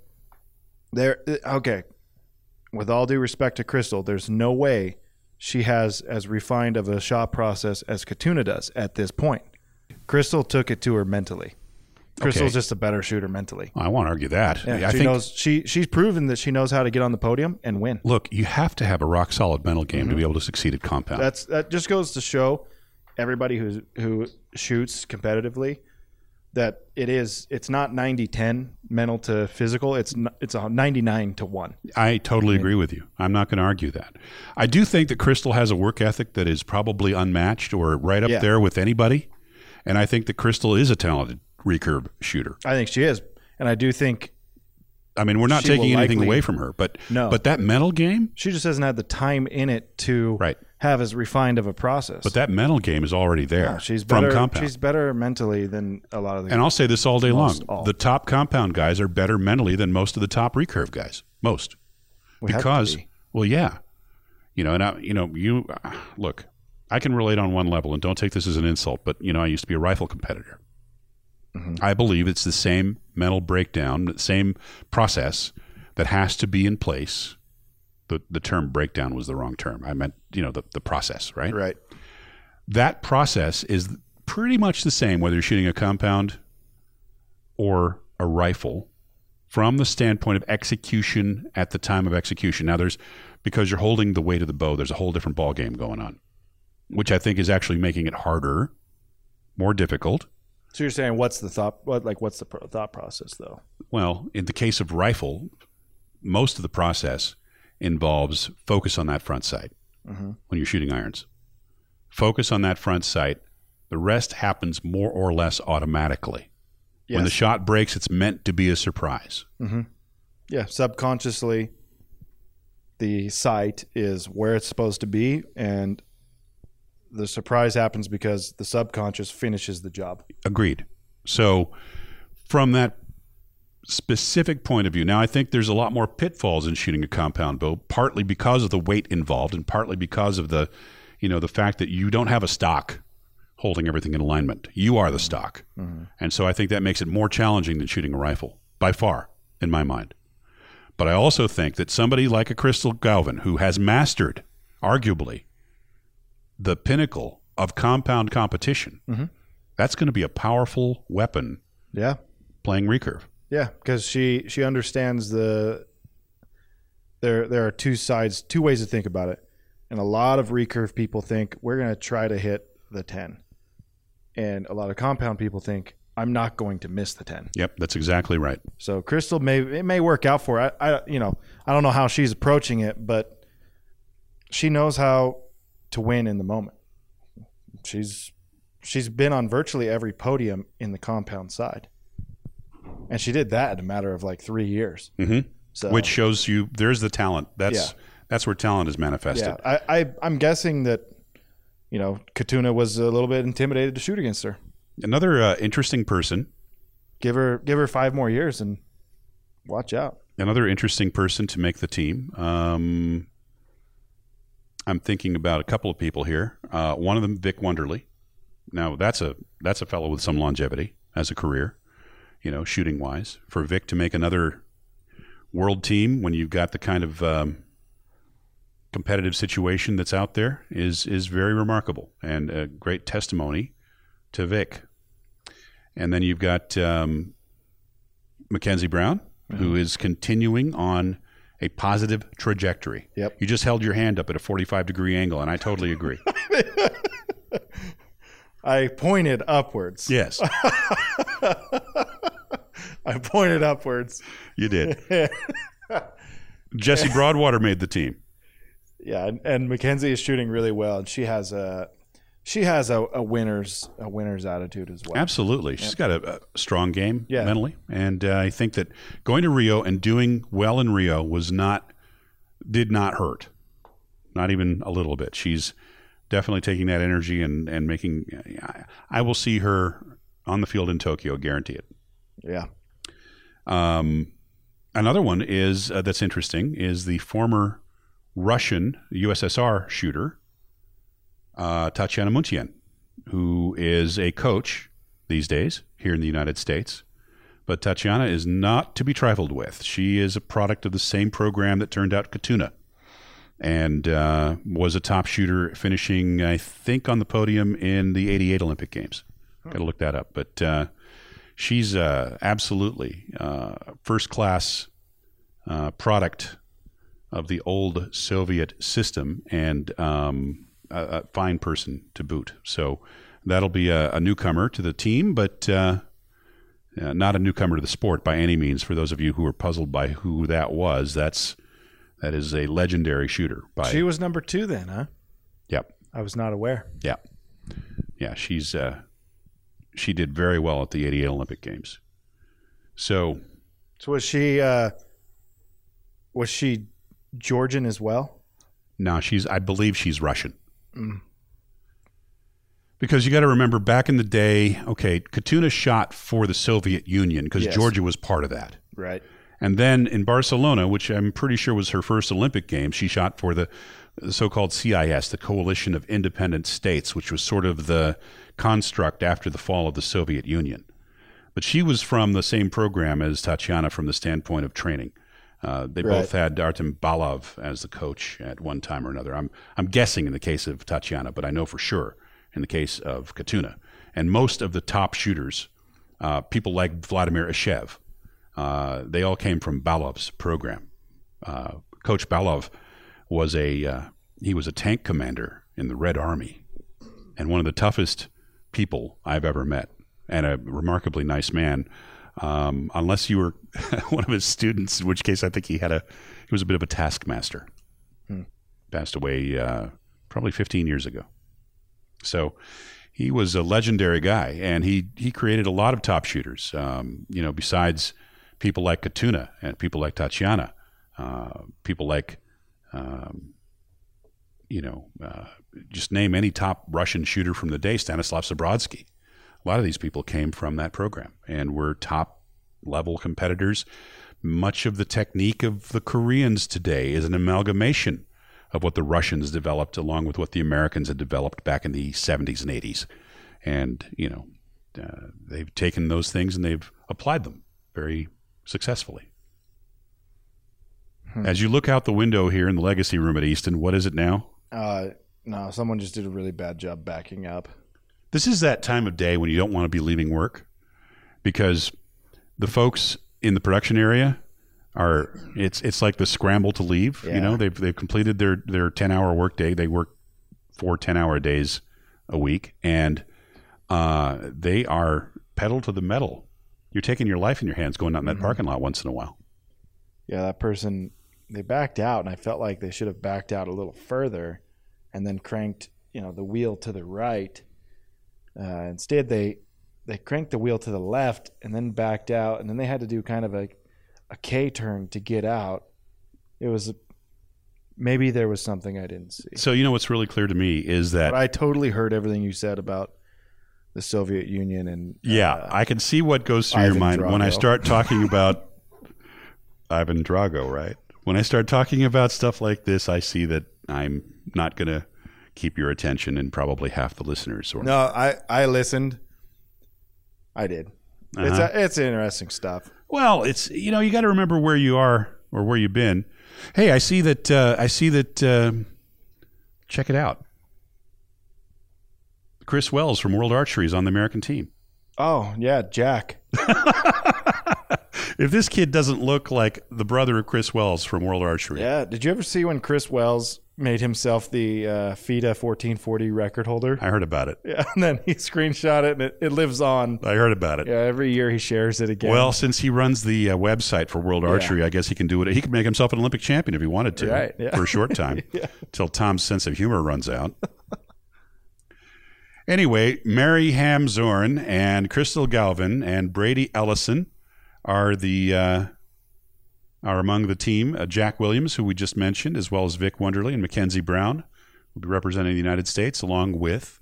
Speaker 2: there, okay, with all due respect to Crystal, there's no way she has as refined of a shot process as Katuna does at this point. Crystal took it to her mentally. Crystal's
Speaker 1: Okay.
Speaker 2: just a better shooter mentally.
Speaker 1: I won't argue that.
Speaker 2: Yeah,
Speaker 1: I
Speaker 2: she
Speaker 1: think.
Speaker 2: knows she she's proven that she knows how to get on the podium and win.
Speaker 1: Look, you have to have a rock solid mental game
Speaker 2: Mm-hmm.
Speaker 1: to be able to succeed at compound.
Speaker 2: That's that just goes to show everybody who who shoots competitively that it is it's not 90-10 mental to physical. It's n- it's a 99 to 1.
Speaker 1: I totally agree with you. I'm not going to argue that. I do think that Crystal has a work ethic that is probably unmatched or right up
Speaker 2: Yeah.
Speaker 1: there with anybody. And I think that Crystal is a talented recurve shooter.
Speaker 2: I think she is. And I do think
Speaker 1: I mean, we're not
Speaker 2: She will
Speaker 1: taking anything
Speaker 2: likely-
Speaker 1: away from her, but
Speaker 2: No.
Speaker 1: but that mental game,
Speaker 2: she just hasn't had the time in it to
Speaker 1: Right.
Speaker 2: have as refined of a process.
Speaker 1: but that mental game is already there.
Speaker 2: she's
Speaker 1: from
Speaker 2: better
Speaker 1: compound.
Speaker 2: she's better mentally than a lot of the
Speaker 1: and I'll say this all day long:
Speaker 2: Almost all.
Speaker 1: the top compound guys are better mentally than most of the top recurve guys. Most.
Speaker 2: we have to
Speaker 1: because
Speaker 2: be.
Speaker 1: well yeah you know and i you know you look i can relate on one level and don't take this as an insult but you know i used to be a rifle competitor
Speaker 2: Mm-hmm.
Speaker 1: i believe it's the same mental breakdown the same process that has to be in place the, the term breakdown was the wrong term i meant you know the, the process right
Speaker 2: right.
Speaker 1: that process is pretty much the same whether you're shooting a compound or a rifle from the standpoint of execution at the time of execution. Now, there's because you're holding the weight of the bow, there's a whole different ball game going on, which I think is actually making it harder, more difficult.
Speaker 2: So you're saying what's the thought? What like what's the pro- thought process though?
Speaker 1: Well, in the case of rifle, most of the process involves focus on that front sight when you're shooting irons. Focus on that front sight. The rest happens more or less automatically. When the
Speaker 2: Yes.
Speaker 1: shot breaks, it's meant to be a surprise.
Speaker 2: Yeah, subconsciously, the sight is where it's supposed to be, and the surprise happens because the subconscious finishes the job.
Speaker 1: Agreed. So, from that specific point of view, now I think there's a lot more pitfalls in shooting a compound bow, partly because of the weight involved, and partly because of the, you know, the fact that you don't have a stock holding everything in alignment. You are the stock, and so I think that makes it more challenging than shooting a rifle by far, in my mind. But I also think that somebody like a Crystal Galvin, who has mastered, arguably, the pinnacle of compound competition, that's going to be a powerful weapon
Speaker 2: Yeah,
Speaker 1: playing recurve.
Speaker 2: yeah, because she she understands the there there are two sides, two ways to think about it, and a lot of recurve people think we're gonna try to hit the ten, and a lot of compound people think I'm not going to miss the ten.
Speaker 1: Yep, that's exactly right.
Speaker 2: So Crystal may it may work out for her. I, I you know I don't know how she's approaching it, but she knows how to win in the moment. She's she's been on virtually every podium in the compound side, and she did that in a matter of like three years.
Speaker 1: Mhm.
Speaker 2: So
Speaker 1: Which shows you there's the talent. That's that's where talent is manifested.
Speaker 2: yeah, I, I I'm guessing that you know Katuna was a little bit intimidated to shoot against her.
Speaker 1: Another uh, interesting person,
Speaker 2: Give her give her five more years and watch out.
Speaker 1: another interesting person to make the team. Um, I'm thinking about a couple of people here. Uh, one of them, Vic Wonderly. Now that's a that's a fellow with some longevity as a career, you know, shooting wise. For Vic to make another world team when you've got the kind of um, competitive situation that's out there is is very remarkable and a great testimony to Vic. And then you've got um, Mackenzie Brown,
Speaker 2: Mm-hmm.
Speaker 1: who is continuing on a positive trajectory.
Speaker 2: Yep.
Speaker 1: You just held your hand up at a 45 degree angle, and I totally agree.
Speaker 2: I pointed upwards.
Speaker 1: yes,
Speaker 2: I pointed upwards.
Speaker 1: you did. Jesse Broadwater made the team.
Speaker 2: Yeah, and, and Mackenzie is shooting really well, and she has a she has a, a winner's a winner's attitude as well.
Speaker 1: Absolutely. she's got a, a strong game
Speaker 2: Yeah.
Speaker 1: mentally. And uh, I think that going to Rio and doing well in Rio was not, did not hurt, not even a little bit. She's definitely taking that energy and, and making, I, I will see her on the field in Tokyo, guarantee it.
Speaker 2: Yeah,
Speaker 1: Um, another one is uh, that's interesting is the former Russian USSR shooter uh, Tatiana Muntian, who is a coach these days here in the United States. But Tatiana is not to be trifled with. She is a product of the same program that turned out Katuna and uh, was a top shooter, finishing, I think, on the podium in the 88 Olympic Games. Got to look that up. But uh, she's uh, absolutely uh, first class uh, product of the old Soviet system and um, a, a fine person to boot. So that'll be a, a newcomer to the team, but uh, uh, not a newcomer to the sport by any means. For those of you who are puzzled by who that was, that's that is a legendary shooter. By
Speaker 2: she was number two then, huh?
Speaker 1: yep,
Speaker 2: I was not aware.
Speaker 1: yeah, yeah. She's uh, she did very well at the '88 Olympic Games. So
Speaker 2: So was she uh, was she Georgian as well?
Speaker 1: No, she's. I believe she's Russian. Because you got to remember, back in the day, okay, Katuna shot for the Soviet Union because
Speaker 2: Yes.
Speaker 1: Georgia was part of that.
Speaker 2: Right.
Speaker 1: And then in Barcelona, which I'm pretty sure was her first Olympic game, she shot for the the so-called CIS, the Coalition of Independent States, which was sort of the construct after the fall of the Soviet Union. But she was from the same program as Tatiana from the standpoint of training. Uh, they both had Artem Balov as the coach at one time or another. I'm I'm guessing in the case of Tatiana, but I know for sure in the case of Katuna. And most of the top shooters, uh, people like Vladimir Ashev, Uh, they all came from Balov's program. Uh, Coach Balov was a uh, he was a tank commander in the Red Army, and one of the toughest people I've ever met, and a remarkably nice man. Um, unless you were one of his students, in which case I think he had a he was a bit of a taskmaster.
Speaker 2: Hmm.
Speaker 1: Passed away uh, probably 15 years ago. So he was a legendary guy, and he he created a lot of top shooters. Um, you know, besides people like Katuna and people like Tatiana, uh, people like um, you know, uh, just name any top Russian shooter from the day, Stanislav Sabrodsky. A lot of these people came from that program and were top level competitors. Much of the technique of the Koreans today is an amalgamation of what the Russians developed, along with what the Americans had developed back in the 70s and 80s. And, you know, uh, they've taken those things and they've applied them very successfully. As you look out the window here in the legacy room at Easton, what is it now?
Speaker 2: Uh, no, someone just did a really bad job backing up.
Speaker 1: This is that time of day when you don't want to be leaving work because the folks in the production area are it's it's like the scramble to leave. You
Speaker 2: Yeah.
Speaker 1: know, they've they've completed their their 10-hour workday. They work four 10-hour days a week and uh, they are pedal to the metal. You're taking your life in your hands going out in that parking lot once in a while.
Speaker 2: Yeah, that person they backed out, and I felt like they should have backed out a little further, and then cranked you know the wheel to the right. Uh, instead, they they cranked the wheel to the left and then backed out, and then they had to do kind of a a K turn to get out. It was maybe there was something I didn't see,
Speaker 1: So you know what's really clear to me is that
Speaker 2: but I totally heard everything you said about the Soviet Union and
Speaker 1: Yeah,
Speaker 2: uh,
Speaker 1: I can see what goes through your
Speaker 2: Ivan
Speaker 1: mind when I
Speaker 2: Drago.
Speaker 1: start talking about Ivan Drago, right? When I start talking about stuff like this, I see that I'm not going to keep your attention and probably half the listeners. Or
Speaker 2: No, I I listened. I did. It's
Speaker 1: Uh-huh.
Speaker 2: a, it's interesting stuff.
Speaker 1: well, it's you know you got to remember where you are or where you've been. Hey, I see that. Uh, I see that. Uh, check it out. Chris Wells from World Archery is on the American team.
Speaker 2: Oh yeah, Jack.
Speaker 1: If this kid doesn't look like the brother of Chris Wells from World Archery,
Speaker 2: Yeah. Did you ever see when Chris Wells made himself the uh, FIDA fourteen forty record holder?
Speaker 1: I heard about it.
Speaker 2: Yeah, and then he screenshot it, and it, it lives on.
Speaker 1: I heard about it.
Speaker 2: Yeah, every year he shares it again.
Speaker 1: Well, since he runs the uh, website for World Archery, I guess he can do it. He could make himself an Olympic champion if he wanted to
Speaker 2: Right, yeah.
Speaker 1: for a short time till Tom's sense of humor runs out. anyway, Mary Hamzorn and Crystal Galvin and Brady Ellison are the uh, are among the team. Uh, Jack Williams, who we just mentioned, as well as Vic Wonderly and Mackenzie Brown, will be representing the United States along with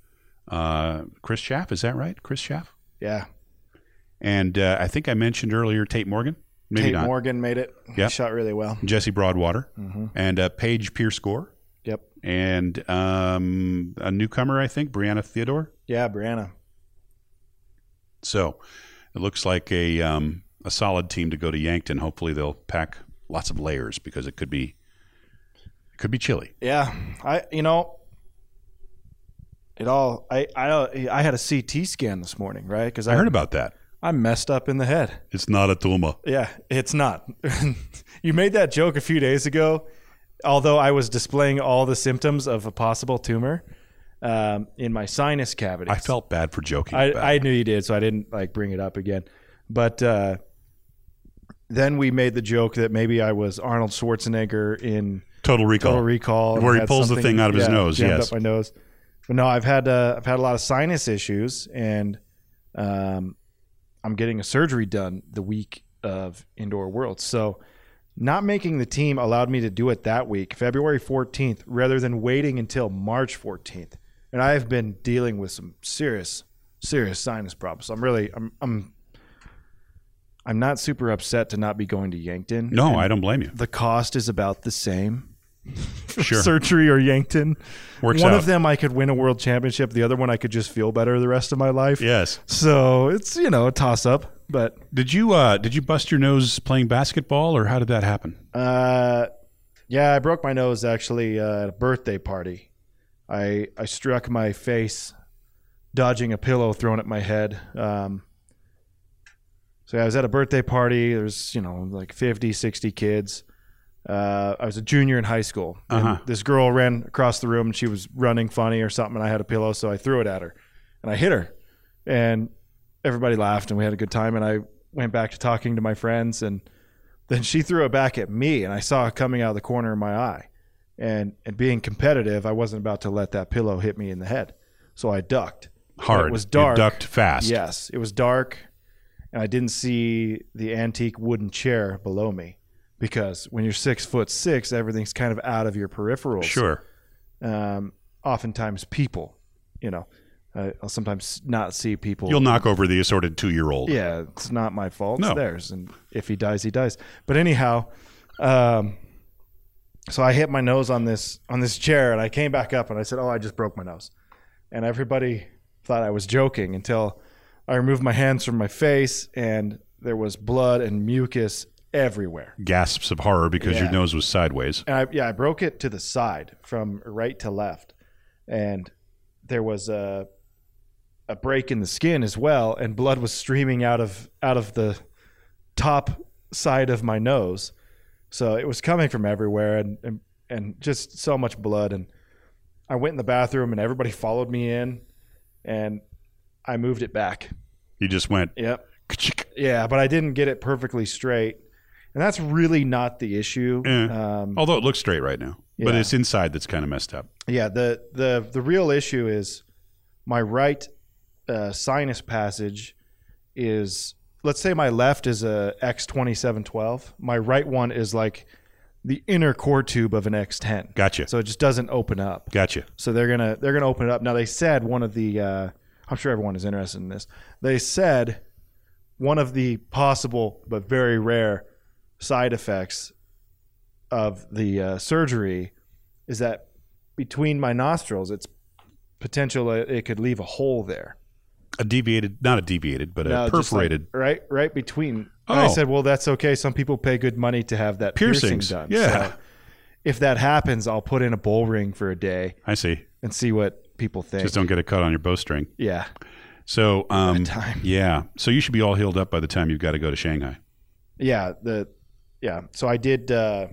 Speaker 1: uh, Chris Schaff. Is that right, Chris Schaff?
Speaker 2: yeah.
Speaker 1: And uh, I think I mentioned earlier Tate Morgan. Maybe
Speaker 2: Tate
Speaker 1: not.
Speaker 2: Morgan made it. He
Speaker 1: Yep.
Speaker 2: shot really well.
Speaker 1: Jesse Broadwater
Speaker 2: hmm
Speaker 1: and uh, Paige Pierce Gore
Speaker 2: Yep.
Speaker 1: and um, a newcomer, I think, Brianna Theodore.
Speaker 2: Yeah, Brianna.
Speaker 1: So it looks like a um, a solid team to go to Yankton. Hopefully they'll pack lots of layers because it could be it could be chilly.
Speaker 2: Yeah, I you know, it all. I I I had a CT scan this morning, right? Because
Speaker 1: I heard about that.
Speaker 2: I'm messed up in the head.
Speaker 1: It's not a Tuma.
Speaker 2: Yeah, it's not. you made that joke a few days ago, although I was displaying all the symptoms of a possible tumor um, in my sinus cavity.
Speaker 1: I felt bad for joking.
Speaker 2: I,
Speaker 1: about
Speaker 2: I
Speaker 1: it.
Speaker 2: knew you did, so I didn't like bring it up again. But uh, then we made the joke that maybe I was Arnold Schwarzenegger in
Speaker 1: total recall.
Speaker 2: Total Recall, and
Speaker 1: Where he
Speaker 2: had
Speaker 1: pulls the
Speaker 2: something-
Speaker 1: thing out of his
Speaker 2: yeah,
Speaker 1: nose,
Speaker 2: jammed
Speaker 1: yes.
Speaker 2: up my nose. But no, I've had uh, I've had a lot of sinus issues, and um, I'm getting a surgery done the week of Indoor Worlds. So, not making the team allowed me to do it that week, February 14th, rather than waiting until March 14th. And I've been dealing with some serious, serious sinus problems. I'm really, I'm, I'm, I'm not super upset to not be going to Yankton.
Speaker 1: no,
Speaker 2: And
Speaker 1: I don't blame you.
Speaker 2: the cost is about the same
Speaker 1: Sure,
Speaker 2: surgery or Yankton.
Speaker 1: works
Speaker 2: one
Speaker 1: out.
Speaker 2: of them I could win a world championship. The other one I could just feel better the rest of my life.
Speaker 1: yes.
Speaker 2: So it's you know a toss up. But
Speaker 1: Did you uh, did you bust your nose playing basketball, or how did that happen?
Speaker 2: uh, yeah, I broke my nose actually uh, at a birthday party. I I struck my face, dodging a pillow thrown at my head. Um, So I was at a birthday party. There's, you know, like 50, 60 kids. Uh, I was a junior in high school. and
Speaker 1: Uh-huh.
Speaker 2: This girl ran across the room and she was running funny or something. And I had a pillow, so I threw it at her and I hit her. And everybody laughed and we had a good time. And I went back to talking to my friends. And then she threw it back at me. And I saw it coming out of the corner of my eye. And, and being competitive, I wasn't about to let that pillow hit me in the head. So I ducked.
Speaker 1: Hard.
Speaker 2: It was dark.
Speaker 1: You ducked fast.
Speaker 2: Yes, it was dark, and I didn't see the antique wooden chair below me because when you're six foot six, everything's kind of out of your peripherals.
Speaker 1: Sure.
Speaker 2: Um, oftentimes, people, you know, I- I'll sometimes not see people.
Speaker 1: You'll knock over the assorted two year old.
Speaker 2: yeah, it's not my fault.
Speaker 1: No.
Speaker 2: It's theirs, and if he dies, he dies. But anyhow, um, so I hit my nose on this on this chair, and I came back up, and I said, "Oh, I just broke my nose," and everybody thought I was joking until I removed my hands from my face, and there was blood and mucus everywhere.
Speaker 1: Gasps of horror because your
Speaker 2: Yeah.
Speaker 1: nose was sideways.
Speaker 2: And I, yeah, I broke it to the side from right to left, and there was a a break in the skin as well, and blood was streaming out of out of the top side of my nose. So it was coming from everywhere, and and, and just so much blood. And I went in the bathroom, and everybody followed me in, and I moved it back.
Speaker 1: You just went.
Speaker 2: Yep.
Speaker 1: "Ka-chick."
Speaker 2: Yeah, but I didn't get it perfectly straight, and that's really not the issue.
Speaker 1: Yeah.
Speaker 2: Um,
Speaker 1: Although it looks straight right now, but
Speaker 2: Yeah.
Speaker 1: it's inside that's kind of messed up.
Speaker 2: Yeah, the the the real issue is my right uh, sinus passage is let's say my left is a X twenty seven twelve. My right one is like the inner core tube of an X ten,
Speaker 1: Gotcha.
Speaker 2: so it just doesn't open up.
Speaker 1: Gotcha.
Speaker 2: So they're gonna they're gonna open it up. Now they said one of the uh, I'm sure everyone is interested in this. They said one of the possible but very rare side effects of the uh, surgery is that between my nostrils, it's potential it, it could leave a hole there,
Speaker 1: A deviated, not a deviated, but
Speaker 2: No,
Speaker 1: a
Speaker 2: just like-
Speaker 1: perforated
Speaker 2: right right between. And I
Speaker 1: Oh.
Speaker 2: said, well, that's okay. Some people pay good money to have that
Speaker 1: piercings.
Speaker 2: piercing done.
Speaker 1: Yeah.
Speaker 2: So if that happens, I'll put in a bull ring for a day
Speaker 1: I see.
Speaker 2: and see what people think.
Speaker 1: Just don't get a cut on your bowstring.
Speaker 2: yeah.
Speaker 1: So, um,
Speaker 2: time.
Speaker 1: yeah. So you should be all healed up by the time you've got to go to Shanghai.
Speaker 2: yeah the yeah so i did uh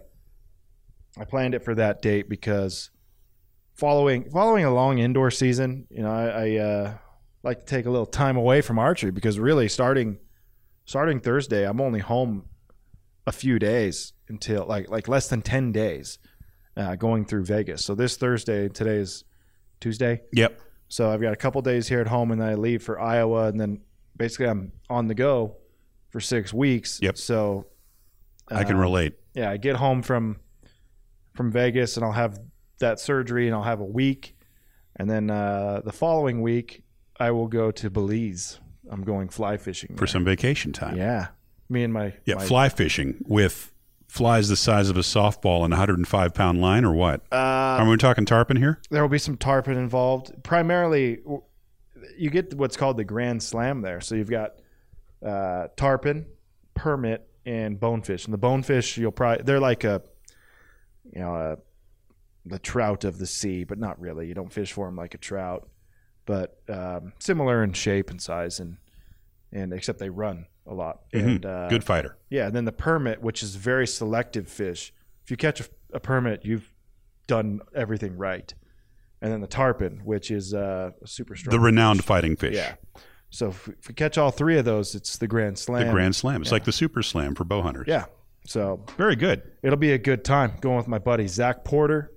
Speaker 2: i planned it for that date because following following a long indoor season you know i, I uh like to take a little time away from archery because really starting starting thursday i'm only home a few days until like like less than 10 days uh, going through vegas so this thursday today is tuesday
Speaker 1: Yep.
Speaker 2: so I've got a couple days here at home, and then I leave for Iowa, and then basically I'm on the go for six weeks.
Speaker 1: Yep.
Speaker 2: So
Speaker 1: I can
Speaker 2: uh,
Speaker 1: relate.
Speaker 2: Yeah, I get home from from Vegas, and I'll have that surgery, and I'll have a week, and then uh, the following week I will go to Belize. I'm going fly fishing
Speaker 1: for
Speaker 2: there.
Speaker 1: some vacation time. Yeah,
Speaker 2: Yeah, me and my my-
Speaker 1: fly fishing with flies the size of a softball and a 105 pound line or what?
Speaker 2: uh,
Speaker 1: Are we talking tarpon here?
Speaker 2: there will be some tarpon involved. Primarily, w- you get what's called the Grand Slam there. So you've got uh, tarpon, permit, and bonefish. And the bonefish, you'll probably they're like a, you know, a, the trout of the sea, but not really. You don't fish for them like a trout, but um, similar in shape and size, and and except they run a lot. And uh,
Speaker 1: Good fighter.
Speaker 2: yeah, and then the permit, which is very selective fish. If you catch a, a permit, you've done everything right. And then the tarpon, which is uh, a super strong.
Speaker 1: The renowned fighting fish.
Speaker 2: Yeah. So if, if we catch all three of those, it's the grand
Speaker 1: The
Speaker 2: slam.
Speaker 1: Grand Slam. It's like the Super Slam for bow hunters.
Speaker 2: Yeah. So
Speaker 1: Very good.
Speaker 2: it'll be a good time going with my buddy Zach Porter,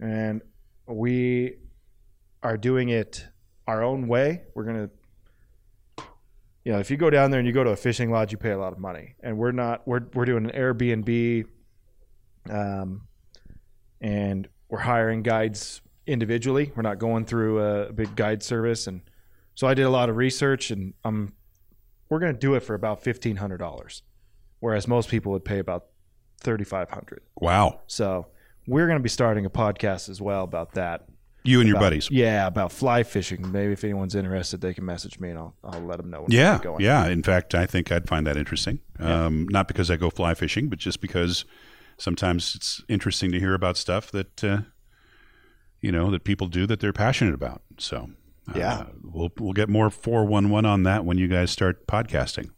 Speaker 2: and we are doing it our own way. We're gonna, you know, if you go down there and you go to a fishing lodge, you pay a lot of money, and we're not. We're we're doing an Airbnb, um, and we're hiring guides individually. We're not going through a big guide service, and so I did a lot of research, and I'm. We're gonna do it for about fifteen hundred dollars, whereas most people would pay about thirty five hundred.
Speaker 1: Wow.
Speaker 2: So we're going to be starting a podcast as well about that.
Speaker 1: You and your
Speaker 2: About-
Speaker 1: buddies.
Speaker 2: Yeah, about fly fishing. Maybe if anyone's interested, they can message me and I'll, I'll let them know. When
Speaker 1: Yeah.
Speaker 2: we're going.
Speaker 1: Yeah. In fact, I think I'd find that interesting. Um, not because I go fly fishing, but just because sometimes it's interesting to hear about stuff that, uh, you know, that people do that they're passionate about. So, uh,
Speaker 2: Yeah.
Speaker 1: We'll, we'll get more 411 on that when you guys start podcasting.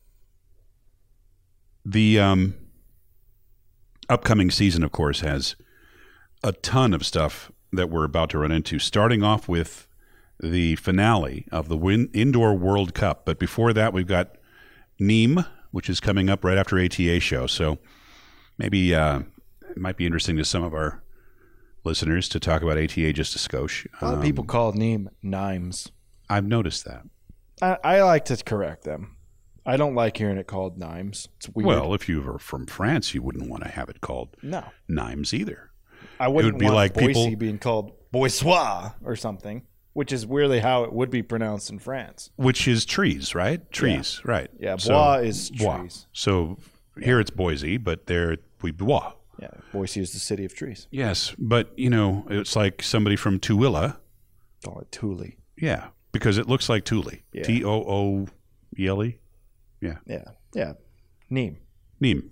Speaker 1: The um, upcoming season, of course, has a ton of stuff that we're about to run into, starting off with the finale of the Win- Indoor World Cup. But before that, we've got Neem, which is coming up right after ATA show. So maybe uh, it might be interesting to some of our listeners to talk about ATA just a skosh.
Speaker 2: A lot
Speaker 1: Um,
Speaker 2: of people call Neem Nimes.
Speaker 1: I've noticed that.
Speaker 2: I, I like to correct them. I don't like hearing it called Nimes. It's weird.
Speaker 1: Well, if you were from France, you wouldn't want to have it called
Speaker 2: no,
Speaker 1: Nimes either.
Speaker 2: I wouldn't
Speaker 1: be
Speaker 2: want
Speaker 1: like
Speaker 2: Boise
Speaker 1: people-
Speaker 2: being called Boisois or something, which is weirdly how it would be pronounced in France.
Speaker 1: which is trees, right? Trees, right?
Speaker 2: Yeah,
Speaker 1: So-
Speaker 2: Bois is
Speaker 1: Bois.
Speaker 2: trees.
Speaker 1: So here it's Boise, but there we Bois.
Speaker 2: Yeah, Boise is the city of trees.
Speaker 1: Yes, but you know, it's like somebody from Tooele.
Speaker 2: Call it Thule.
Speaker 1: Yeah, because it looks like Thule.
Speaker 2: Yeah.
Speaker 1: T O O E L E.
Speaker 2: Yeah, yeah, Neem.
Speaker 1: Neem.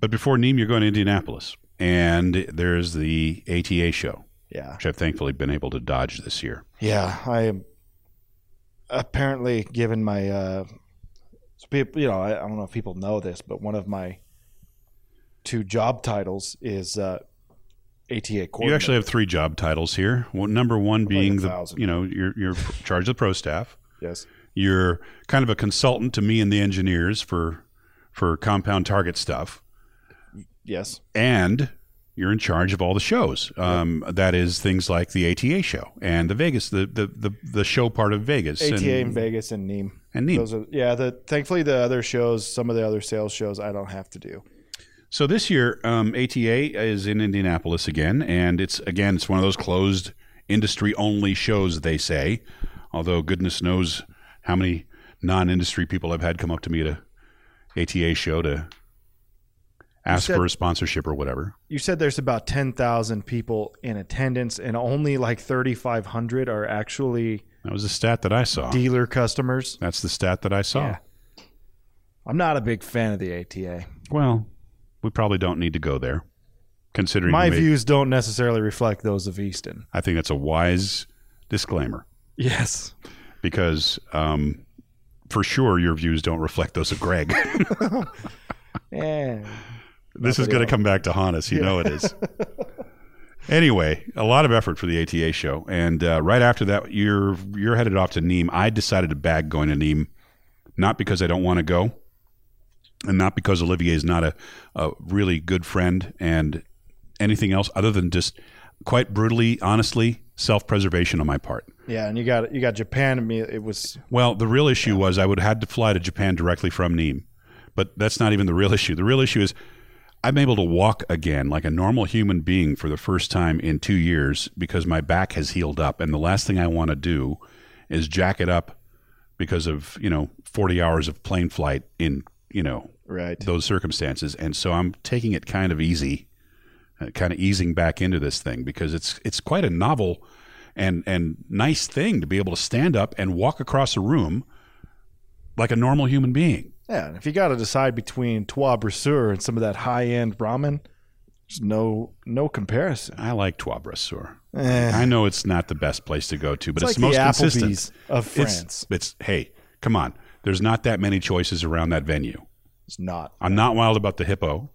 Speaker 1: But before Neem, you're going to Indianapolis, and there's the ATA show,
Speaker 2: Yeah,
Speaker 1: which I've thankfully been able to dodge this year.
Speaker 2: yeah. I am apparently given my. Uh, so people, you know, I, I don't know if people know this, but one of my two job titles is uh, ATA coordinator.
Speaker 1: You actually have three job titles here. Well, number one being the
Speaker 2: thousand.
Speaker 1: you know you're you're in charge of the pro staff.
Speaker 2: yes.
Speaker 1: You're kind of a consultant to me and the engineers for for compound target stuff,
Speaker 2: Yes.
Speaker 1: and you're in charge of all the shows. Um, That is things like the ATA show and the Vegas, the the the, the show part of Vegas,
Speaker 2: ATA in
Speaker 1: and,
Speaker 2: Vegas and Neem.
Speaker 1: and Neem.
Speaker 2: Those are yeah. The thankfully the other shows, some of the other sales shows, I don't have to do.
Speaker 1: So this year, um, ATA is in Indianapolis again, and it's again it's one of those closed industry only shows. They say, although goodness knows how many non-industry people I've had come up to me at a ATA show to ask
Speaker 2: said-
Speaker 1: for a sponsorship or whatever.
Speaker 2: You said there's about ten thousand people in attendance, and only like thirty five hundred are actually
Speaker 1: That was the stat that I saw.
Speaker 2: dealer customers.
Speaker 1: That's the stat that I saw.
Speaker 2: Yeah. I'm not a big fan of the ATA.
Speaker 1: Well, we probably don't need to go there, considering
Speaker 2: My
Speaker 1: we made-
Speaker 2: views don't necessarily reflect those of Easton.
Speaker 1: I think that's a wise disclaimer
Speaker 2: Yes.
Speaker 1: because. Um, for sure, your views don't reflect those of Greg.
Speaker 2: Yeah.
Speaker 1: This is
Speaker 2: Nobody
Speaker 1: going to
Speaker 2: else.
Speaker 1: come back to haunt us. You know it is. anyway, a lot of effort for the ATA show, and uh, right after that, you're you're headed off to Nîmes. I decided to bag going to Nîmes, not because I don't want to go, and not because Olivier is not a, a really good friend, and anything else other than just quite brutally, honestly, self preservation on my part.
Speaker 2: Yeah, and you got you got Japan. and me. It was
Speaker 1: Well, the real issue was I would have had to fly to Japan directly from Nîmes, but that's not even the real issue. The real issue is I'm able to walk again like a normal human being for the first time in two years because my back has healed up, and the last thing I want to do is jack it up because of you know 40 hours of plane flight in you know
Speaker 2: right.
Speaker 1: those circumstances, and so I'm taking it kind of easy, uh, kind of easing back into this thing because it's it's quite a novel and and nice thing to be able to stand up and walk across a room like a normal human being.
Speaker 2: Yeah, and if you got to decide between Trois Brasseur and some of that high-end ramen, there's no no comparison.
Speaker 1: I like Trois Brasseurs.
Speaker 2: Eh,
Speaker 1: I know it's not the best place to go to, but
Speaker 2: it's
Speaker 1: it's,
Speaker 2: like the
Speaker 1: the most
Speaker 2: Applebee's
Speaker 1: consistent.
Speaker 2: of
Speaker 1: It's-
Speaker 2: France.
Speaker 1: It's, hey, come on. There's not that many choices around that venue.
Speaker 2: It's not.
Speaker 1: I'm not wild about the hippo.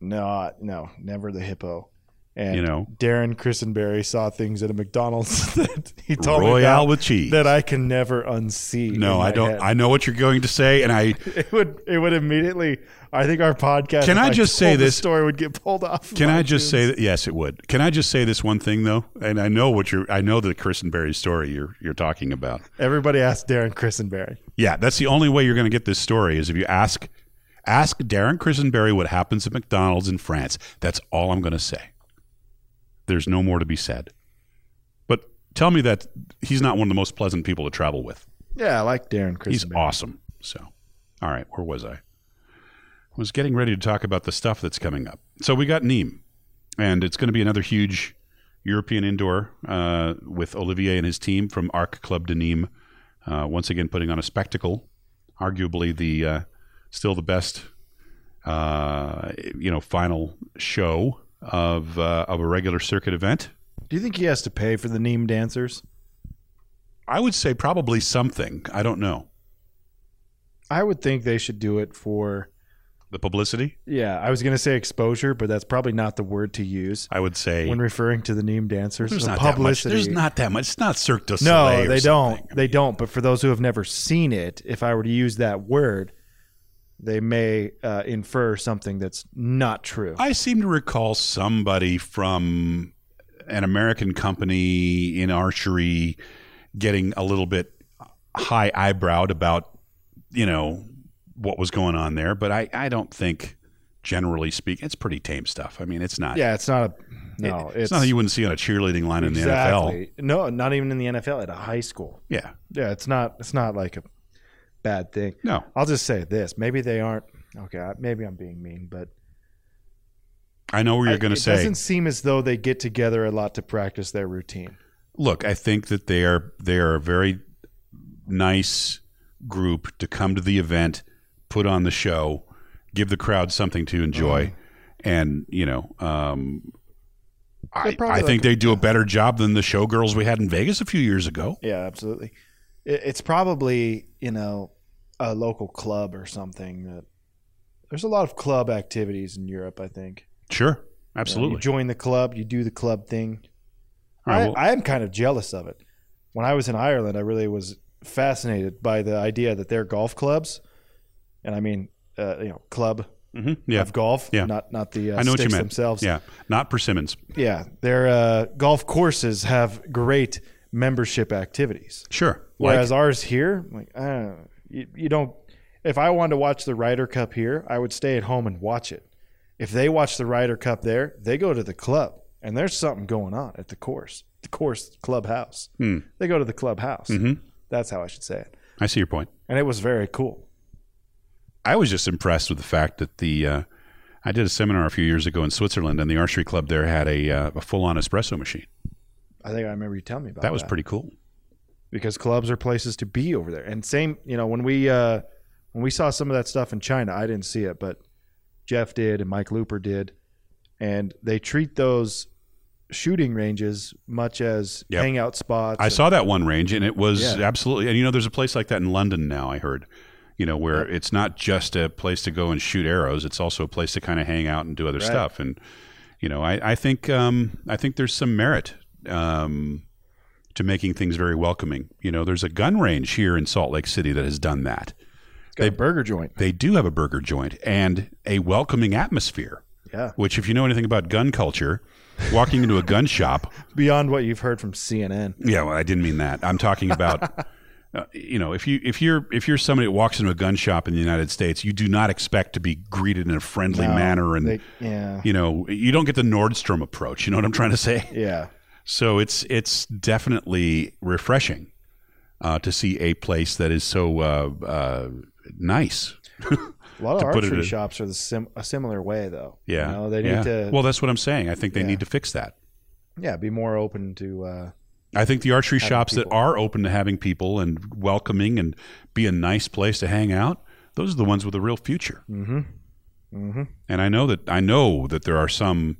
Speaker 2: No, no, never the hippo. And
Speaker 1: You know.
Speaker 2: Darren Christenberry saw things at a McDonald's that he told me
Speaker 1: Royale
Speaker 2: about
Speaker 1: with cheese.
Speaker 2: that I can never unsee. in
Speaker 1: no, I
Speaker 2: my
Speaker 1: don't.
Speaker 2: head.
Speaker 1: I know what you're going to say, and I
Speaker 2: it would it would immediately. I think our podcast.
Speaker 1: Can
Speaker 2: if
Speaker 1: I just
Speaker 2: told
Speaker 1: say
Speaker 2: the
Speaker 1: this-
Speaker 2: story would get pulled off? of
Speaker 1: Can I just
Speaker 2: iTunes.
Speaker 1: say that? Yes, it would. Can I just say this one thing though? And I know what you're. I know the Christenberry story you're you're talking about.
Speaker 2: everybody asked Darren Christenberry?
Speaker 1: Yeah, that's the only way you're going to get this story is if you ask ask Darren Christenberry what happens at McDonald's in France. That's all I'm going to say. There's no more to be said. But tell me that he's not one of the most pleasant people to travel with.
Speaker 2: Yeah, I like Darren Christenberry.
Speaker 1: He's awesome. So, all right, where was I? I was getting ready to talk about the stuff that's coming up. So we got Nîmes, and it's going to be another huge European indoor uh, with Olivier and his team from Arc Club de Nîmes. Uh, once again, putting on a spectacle, arguably the uh, still the best, uh, you know, final show of uh, of a regular circuit event.
Speaker 2: Do you think he has to pay for the Neem dancers?
Speaker 1: I would say probably something. I don't know.
Speaker 2: I would think they should do it for
Speaker 1: The publicity,
Speaker 2: Yeah, I was gonna say exposure, but that's probably not the word to use
Speaker 1: I would say.
Speaker 2: when referring to the Neem dancers.
Speaker 1: there's
Speaker 2: The
Speaker 1: not
Speaker 2: publicity.
Speaker 1: that much. There's not that much. It's not Cirque du Soleil.
Speaker 2: No,
Speaker 1: or
Speaker 2: they
Speaker 1: something.
Speaker 2: don't. They don't. But for those who have never seen it, if I were to use that word, they may uh, infer something that's not true.
Speaker 1: I seem to recall somebody from an American company in archery getting a little bit high eyebrowed about, you know, what was going on there. But I, I don't think, generally speaking, it's pretty tame stuff. I mean, it's not.
Speaker 2: yeah, it's not a no.
Speaker 1: it's, nothing you wouldn't see on a cheerleading line in the NFL.
Speaker 2: exactly no, not even in the NFL at a high school.
Speaker 1: Yeah.
Speaker 2: Yeah, it's not. It's not like a bad thing.
Speaker 1: No.
Speaker 2: I'll just say this: maybe they aren't. Okay, I- maybe I'm being mean, but
Speaker 1: I know where you're
Speaker 2: I-
Speaker 1: going to
Speaker 2: it
Speaker 1: say.
Speaker 2: doesn't seem as though they get together a lot to practice their routine.
Speaker 1: look, I think that they are they are a very nice group to come to the event, put on the show, give the crowd something to enjoy,
Speaker 2: Mm-hmm.
Speaker 1: and you know, um, I,
Speaker 2: They're probably
Speaker 1: I
Speaker 2: like
Speaker 1: think they do a better job than the showgirls we had in Vegas a few years ago.
Speaker 2: Yeah, absolutely. It, it's probably you know a local club or something. That there's a lot of club activities in Europe. I think
Speaker 1: Sure,
Speaker 2: You know,
Speaker 1: absolutely.
Speaker 2: you join the club, you do the club thing.
Speaker 1: All right,
Speaker 2: I,
Speaker 1: well-
Speaker 2: I am kind of jealous of it. When I was in Ireland, I really was fascinated by the idea that their golf clubs, and I mean, uh, you know, club
Speaker 1: Mhm, Yeah,
Speaker 2: of golf,
Speaker 1: Yeah.
Speaker 2: not not the uh,
Speaker 1: I know what
Speaker 2: sticks
Speaker 1: you meant.
Speaker 2: themselves.
Speaker 1: yeah, not persimmons.
Speaker 2: yeah. Their uh, golf courses have great membership activities.
Speaker 1: Sure, like
Speaker 2: Whereas ours here, like I don't know, you, you don't. If I wanted to watch the Ryder Cup here, I would stay at home and watch it. If they watch the Ryder Cup there, they go to the club, and there's something going on at the course, the course clubhouse.
Speaker 1: Hmm.
Speaker 2: They go to the clubhouse.
Speaker 1: Mm-hmm.
Speaker 2: That's how I should say it.
Speaker 1: I see your point.
Speaker 2: And it was very cool.
Speaker 1: I was just impressed with the fact that the uh, I did a seminar a few years ago in Switzerland, and the archery club there had a, uh, a full on espresso machine.
Speaker 2: I think I remember you telling me about that.
Speaker 1: That was pretty cool.
Speaker 2: because clubs are places to be over there. And same, you know, when we uh, when we saw some of that stuff in China, I didn't see it, but Jeff did and Mike Looper did, and they treat those shooting ranges much as
Speaker 1: Yep.
Speaker 2: hangout spots.
Speaker 1: I
Speaker 2: and-
Speaker 1: saw that one range, and it was
Speaker 2: Yeah.
Speaker 1: absolutely. And you know, there's a place like that in London now. I heard, you know, where it's not just a place to go and shoot arrows; it's also a place to kind of hang out and do other stuff. And you know, I, I think um, I think there's some merit um, to making things very welcoming. You know, there's a gun range here in Salt Lake City that has done that.
Speaker 2: It's got a burger joint.
Speaker 1: They do have a burger joint and a welcoming atmosphere.
Speaker 2: Yeah,
Speaker 1: Which, if you know anything about gun culture, walking into a gun shop
Speaker 2: beyond what you've heard from CNN.
Speaker 1: yeah, well, I didn't mean that. I'm talking about, uh, you know, if you if you're if you're somebody that walks into a gun shop in the United States, you do not expect to be greeted in a friendly manner, and
Speaker 2: They, yeah,
Speaker 1: you know, you don't get the Nordstrom approach. You know what I'm trying to say?
Speaker 2: yeah,
Speaker 1: So it's it's definitely refreshing uh, to see a place that is so uh, uh, nice.
Speaker 2: a lot of
Speaker 1: put it
Speaker 2: archery
Speaker 1: in-
Speaker 2: shops are the sim- a similar way though.
Speaker 1: Yeah,
Speaker 2: you know, they need
Speaker 1: yeah.
Speaker 2: to
Speaker 1: Well, that's what I'm saying. I think they
Speaker 2: Yeah.
Speaker 1: need to fix that.
Speaker 2: yeah be more open to. Uh,
Speaker 1: I think the archery shops that
Speaker 2: people.
Speaker 1: are open to having people and welcoming and be a nice place to hang out, those are the ones with a real future.
Speaker 2: mm-hmm. Mm-hmm.
Speaker 1: And I know that I know that there are some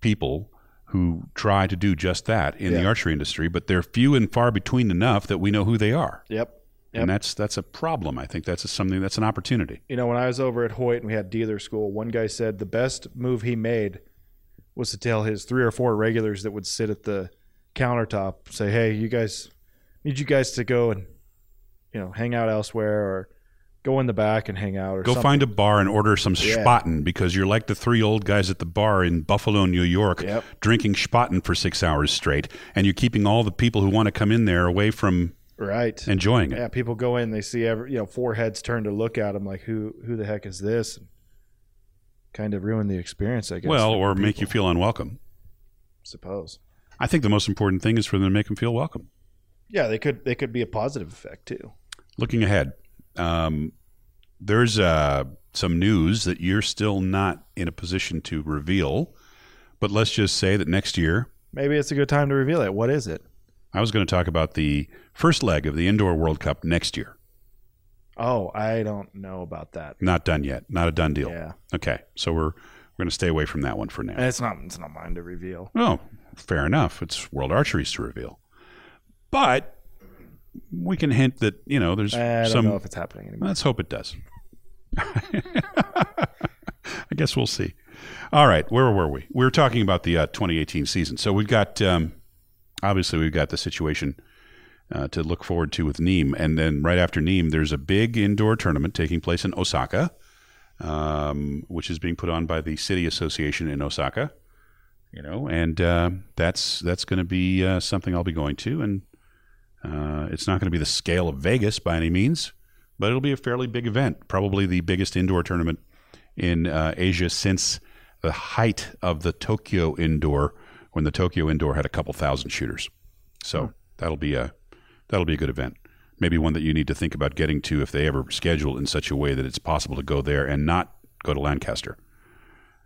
Speaker 1: people who try to do just that in the
Speaker 2: Yeah.
Speaker 1: archery industry, but they're few and far between enough that we know who they are.
Speaker 2: Yep. Yep.
Speaker 1: And that's that's a problem. I think that's a, something that's an opportunity.
Speaker 2: you know, when I was over at Hoyt and we had dealer school, one guy said the best move he made was to tell his three or four regulars that would sit at the countertop, say, "Hey, you guys, need you guys to go and you know hang out elsewhere or go in the back and hang out or
Speaker 1: Go
Speaker 2: something."
Speaker 1: find a bar and order some
Speaker 2: Yeah.
Speaker 1: spaten because you're like the three old guys at the bar in Buffalo, New York,
Speaker 2: Yep.
Speaker 1: drinking spaten for six hours straight, and you're keeping all the people who want to come in there away from
Speaker 2: right.
Speaker 1: enjoying it.
Speaker 2: yeah, people go in, they see every you know four heads turn to look at them like, "Who who the heck is this?" And kind of ruin the experience, I guess.
Speaker 1: well,
Speaker 2: for
Speaker 1: or make
Speaker 2: people,
Speaker 1: you feel unwelcome.
Speaker 2: I suppose.
Speaker 1: I think the most important thing is for them to make them feel welcome.
Speaker 2: Yeah, they could they could be a positive effect too.
Speaker 1: Looking ahead, um, there's uh, some news that you're still not in a position to reveal, but let's just say that next year,
Speaker 2: Maybe it's a good time to reveal it. What is it?
Speaker 1: I was going to talk about the first leg of the Indoor World Cup next year.
Speaker 2: Oh, I don't know about that.
Speaker 1: Not done yet. Not a done deal.
Speaker 2: Yeah,
Speaker 1: Okay, so we're we're going to stay away from that one for now.
Speaker 2: and it's not it's not mine to reveal.
Speaker 1: Oh, fair enough. It's World Archery's to reveal, but we can hint that you know there's
Speaker 2: I don't
Speaker 1: some
Speaker 2: know if it's happening anymore.
Speaker 1: Let's hope it does. I guess we'll see. All right, where were we? We were talking about the uh, 2018 season. So we've got um, obviously we've got the situation uh, to look forward to with Neem, and then right after Neem, there's a big indoor tournament taking place in Osaka, um, which is being put on by the City Association in Osaka. You know, and uh, that's that's going to be uh, something I'll be going to, and uh, it's not going to be the scale of Vegas by any means, but it'll be a fairly big event, probably the biggest indoor tournament in uh, Asia since the height of the Tokyo indoor, when the Tokyo indoor had a couple thousand shooters. So that'll be a that'll be a good event. Maybe one that you need to think about getting to if they ever schedule it in such a way that it's possible to go there and not go to Lancaster.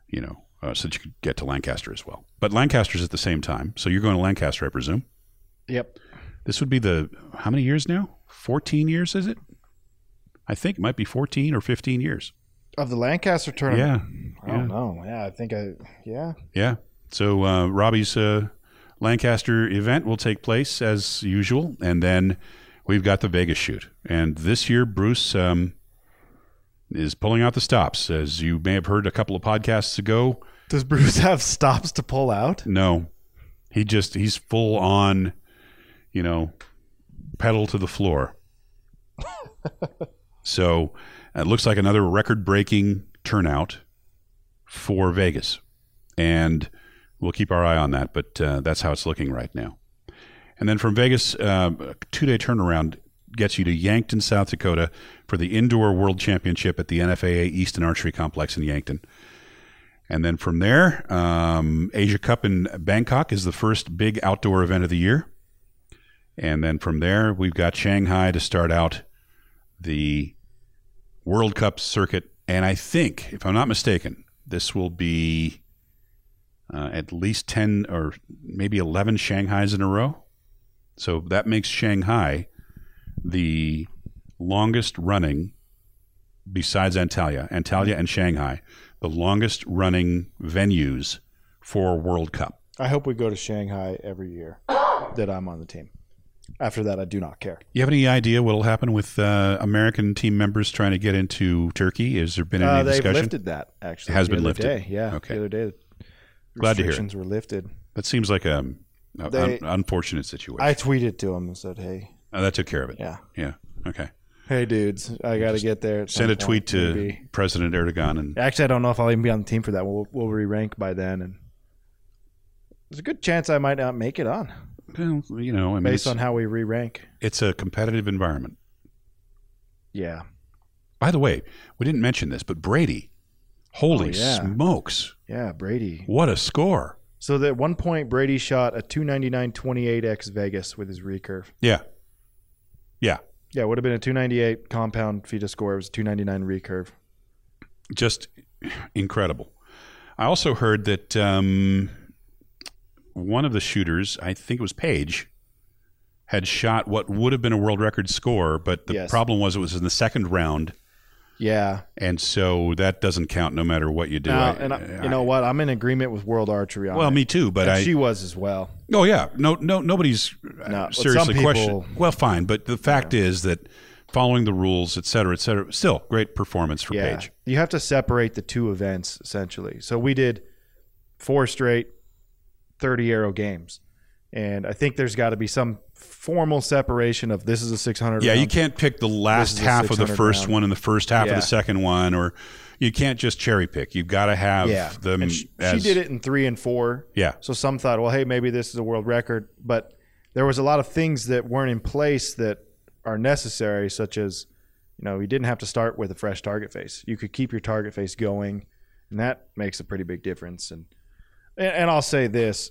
Speaker 1: You know, uh, so that you could get to Lancaster as well. But Lancaster's at the same time, so you're going to Lancaster, I presume.
Speaker 2: Yep.
Speaker 1: This would be the how many years now? 14 years is it? I think it might be 14 or 15 years.
Speaker 2: Of the Lancaster tournament.
Speaker 1: Yeah.
Speaker 2: I don't know. Yeah, I think I. Yeah.
Speaker 1: Yeah. So uh, Robbie's uh, Lancaster event will take place as usual, and then we've got the Vegas shoot. And this year, Bruce um, is pulling out the stops, as you may have heard a couple of podcasts ago.
Speaker 2: Does Bruce have stops to pull out?
Speaker 1: No, he just he's full on, you know, pedal to the floor. so it looks like another record-breaking turnout for Vegas, and we'll keep our eye on that. But uh, that's how it's looking right now. And then from Vegas, uh, a two-day turnaround gets you to Yankton, South Dakota, for the indoor World Championship at the NFAA Easton Archery Complex in Yankton. And then from there, um, Asia Cup in Bangkok is the first big outdoor event of the year. And then from there, we've got Shanghai to start out the World Cup circuit. And I think, if I'm not mistaken, this will be uh, at least 10 or maybe 11 Shanghais in a row. So that makes Shanghai the longest running, besides Antalya, Antalya and Shanghai, the longest running venues for World Cup.
Speaker 2: I hope we go to Shanghai every year that I'm on the team. After that, I do not care.
Speaker 1: You have any idea what'll happen with uh, American team members trying to get into Turkey? Has there been any
Speaker 2: Uh, they've
Speaker 1: discussion?
Speaker 2: lifted that actually.
Speaker 1: It has
Speaker 2: the
Speaker 1: been
Speaker 2: other
Speaker 1: lifted.
Speaker 2: Day. Yeah.
Speaker 1: Okay.
Speaker 2: The other day,
Speaker 1: Glad to hear it.
Speaker 2: restrictions were lifted.
Speaker 1: That seems like a, a un-
Speaker 2: They-
Speaker 1: unfortunate situation.
Speaker 2: I tweeted to him and said, "Hey,
Speaker 1: Oh, that took care of it.
Speaker 2: yeah,
Speaker 1: Yeah. Okay.
Speaker 2: hey dudes, I got to get there." at some
Speaker 1: Send a
Speaker 2: point,
Speaker 1: tweet to
Speaker 2: maybe."
Speaker 1: President Erdogan and
Speaker 2: Actually, I don't know if I'll even be on the team for that. We'll we'll re-rank by then, and there's a good chance I might not make it on
Speaker 1: well, you know, I mean, it's,
Speaker 2: based on how we re-rank.
Speaker 1: it's a competitive environment.
Speaker 2: Yeah.
Speaker 1: By the way, we didn't mention this, but Brady, holy
Speaker 2: Oh, yeah.
Speaker 1: smokes,
Speaker 2: Yeah, Brady.
Speaker 1: what a score!
Speaker 2: So that at one point Brady shot a 299.28x Vegas with his recurve.
Speaker 1: Yeah,
Speaker 2: Yeah, it would have been a 298 compound feet score. It was 299 recurve.
Speaker 1: just incredible. I also heard that um, one of the shooters, I think it was Page, had shot what would have been a world record score, but the
Speaker 2: Yes.
Speaker 1: problem was it was in the second round,
Speaker 2: Yeah.
Speaker 1: and so that doesn't count no matter what you do.
Speaker 2: Now,
Speaker 1: I-
Speaker 2: and I,
Speaker 1: I-
Speaker 2: you know what? I'm in agreement with World Archery on
Speaker 1: well,
Speaker 2: it.
Speaker 1: me too, but
Speaker 2: And
Speaker 1: I
Speaker 2: she was as well.
Speaker 1: Oh yeah, no, no, nobody's uh,
Speaker 2: No, but
Speaker 1: seriously
Speaker 2: some
Speaker 1: questioned.
Speaker 2: people-
Speaker 1: Well, fine, but the fact is that following the rules, et cetera, et cetera, still great performance for
Speaker 2: Yeah.
Speaker 1: Page.
Speaker 2: You have to separate the two events essentially. So we did four straight 30 arrow games. And I think there's got to be some formal separation of this is a 600
Speaker 1: Yeah, you
Speaker 2: round.
Speaker 1: can't pick the last
Speaker 2: is a
Speaker 1: half of the
Speaker 2: 600
Speaker 1: first
Speaker 2: round.
Speaker 1: one and the first half of
Speaker 2: Yeah.
Speaker 1: the second one, or you can't just cherry pick. You've got to have
Speaker 2: Yeah.
Speaker 1: them.
Speaker 2: And she,
Speaker 1: as,
Speaker 2: she did it in 3 and 4.
Speaker 1: Yeah,
Speaker 2: So some thought, well, hey, maybe this is a world record, but there was a lot of things that weren't in place that are necessary, such as, you know, you didn't have to start with a fresh target face. You could keep your target face going, and that makes a pretty big difference. And and, and I'll say this: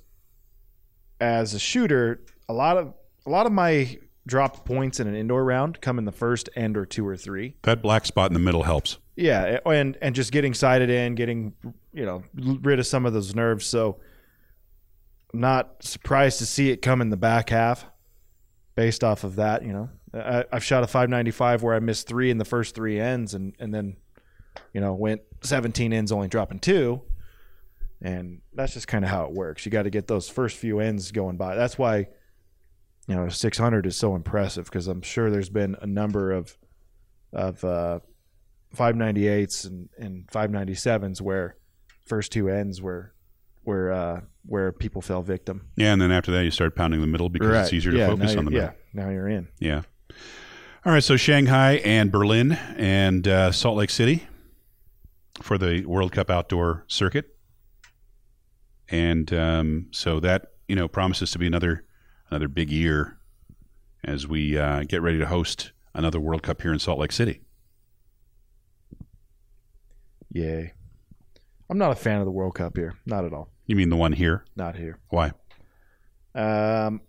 Speaker 2: as a shooter, a lot of a lot of my dropped points in an indoor round come in the first end or two or three.
Speaker 1: that black spot in the middle helps.
Speaker 2: Yeah, and and just getting sighted in, getting you know rid of some of those nerves. So, I'm not surprised to see it come in the back half. Based off of that, you know, I, I've shot a 595 where I missed three in the first three ends, and and then, you know, went 17 ends, only dropping two, and that's just kind of how it works. You got to get those first few ends going by. That's why, you know, 600 is so impressive because I'm sure there's been a number of of uh, 598s and, and 597s where first two ends where where uh, where people fell victim.
Speaker 1: Yeah, and then after that, you start pounding the middle because it's easier to
Speaker 2: yeah,
Speaker 1: focus
Speaker 2: now
Speaker 1: on the
Speaker 2: you're-
Speaker 1: middle.
Speaker 2: Yeah, now you're in.
Speaker 1: Yeah. All right. So Shanghai and Berlin and uh, Salt Lake City for the World Cup outdoor circuit, and um, so that you know promises to be another another big year as we uh, get ready to host another World Cup here in Salt Lake City.
Speaker 2: Yay. I'm not a fan of the World Cup here. Not at all.
Speaker 1: You mean the one here?
Speaker 2: Not here.
Speaker 1: Why?
Speaker 2: Um,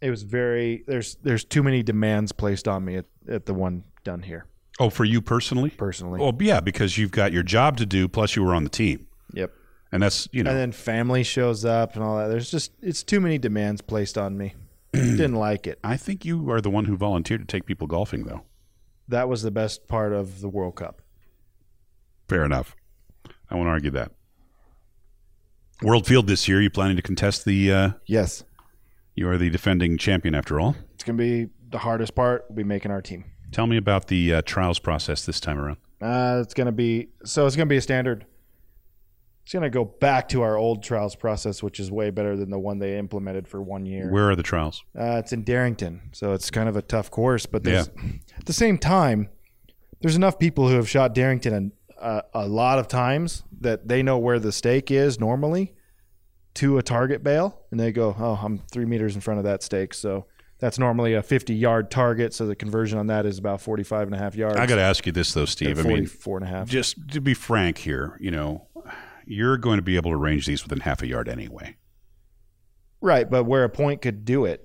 Speaker 2: it was very there's there's too many demands placed on me at, at the one done here
Speaker 1: Oh, for you personally?
Speaker 2: personally.
Speaker 1: Well, yeah, because you've got your job to do, plus you were on the team,
Speaker 2: Yep.
Speaker 1: and that's you know.
Speaker 2: And then family shows up and all that. There's just it's too many demands placed on me. Didn't like it.
Speaker 1: I think you are the one who volunteered to take people golfing, though.
Speaker 2: That was the best part of the World Cup.
Speaker 1: Fair enough. I won't argue that. World Field this year, you planning to contest the? Uh,
Speaker 2: Yes.
Speaker 1: you are the defending champion after all.
Speaker 2: It's gonna be the hardest part. We'll be making our team.
Speaker 1: Tell me about the uh, trials process this time around.
Speaker 2: Uh, it's gonna be so. It's gonna be a standard. It's gonna go back to our old trials process, which is way better than the one they implemented for one year.
Speaker 1: Where are the trials?
Speaker 2: Uh, it's in Darrington, so it's kind of a tough course. But there's, at the same time, there's enough people who have shot Darrington a, a, a lot of times that they know where the stake is normally to a target bail, and they go, "Oh, I'm three meters in front of that stake." So that's normally a 50 yard target. So the conversion on that is about 45 and a half yards.
Speaker 1: I got to ask you this though, Steve. I mean,
Speaker 2: 44 and a half.
Speaker 1: just to be frank here, you know, you're going to be able to range these within half a yard anyway.
Speaker 2: Right, but where a point could do it,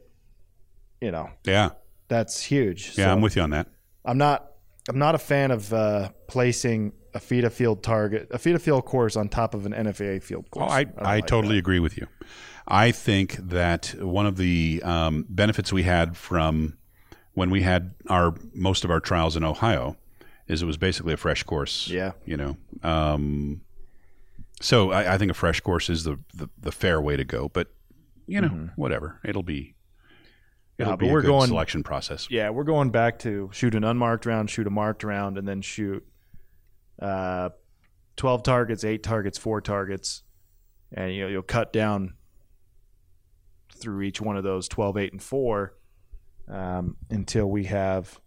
Speaker 2: you know,
Speaker 1: Yeah,
Speaker 2: that's huge.
Speaker 1: yeah,
Speaker 2: So
Speaker 1: I'm with you on that.
Speaker 2: I'm not I'm not a fan of uh, placing a feet of field target, a feet of field course on top of an NFAA field
Speaker 1: Oh,
Speaker 2: course.
Speaker 1: I,
Speaker 2: don't
Speaker 1: I,
Speaker 2: like
Speaker 1: totally agree with you. I think that one of the um, benefits we had from when we had our most of our trials in Ohio is it was basically a fresh course.
Speaker 2: Yeah.
Speaker 1: You know, um, so I, I think a fresh course is the, the, the fair way to go. But you know, whatever, it'll be it'll
Speaker 2: Mm-hmm. Yeah, but
Speaker 1: be a
Speaker 2: we're
Speaker 1: good
Speaker 2: going-
Speaker 1: selection process.
Speaker 2: Yeah, we're going back to shoot an unmarked round, shoot a marked round, and then shoot uh, 12 targets, eight targets, four targets, and you know, you'll cut down through each one of those 12, eight, and four um, until we have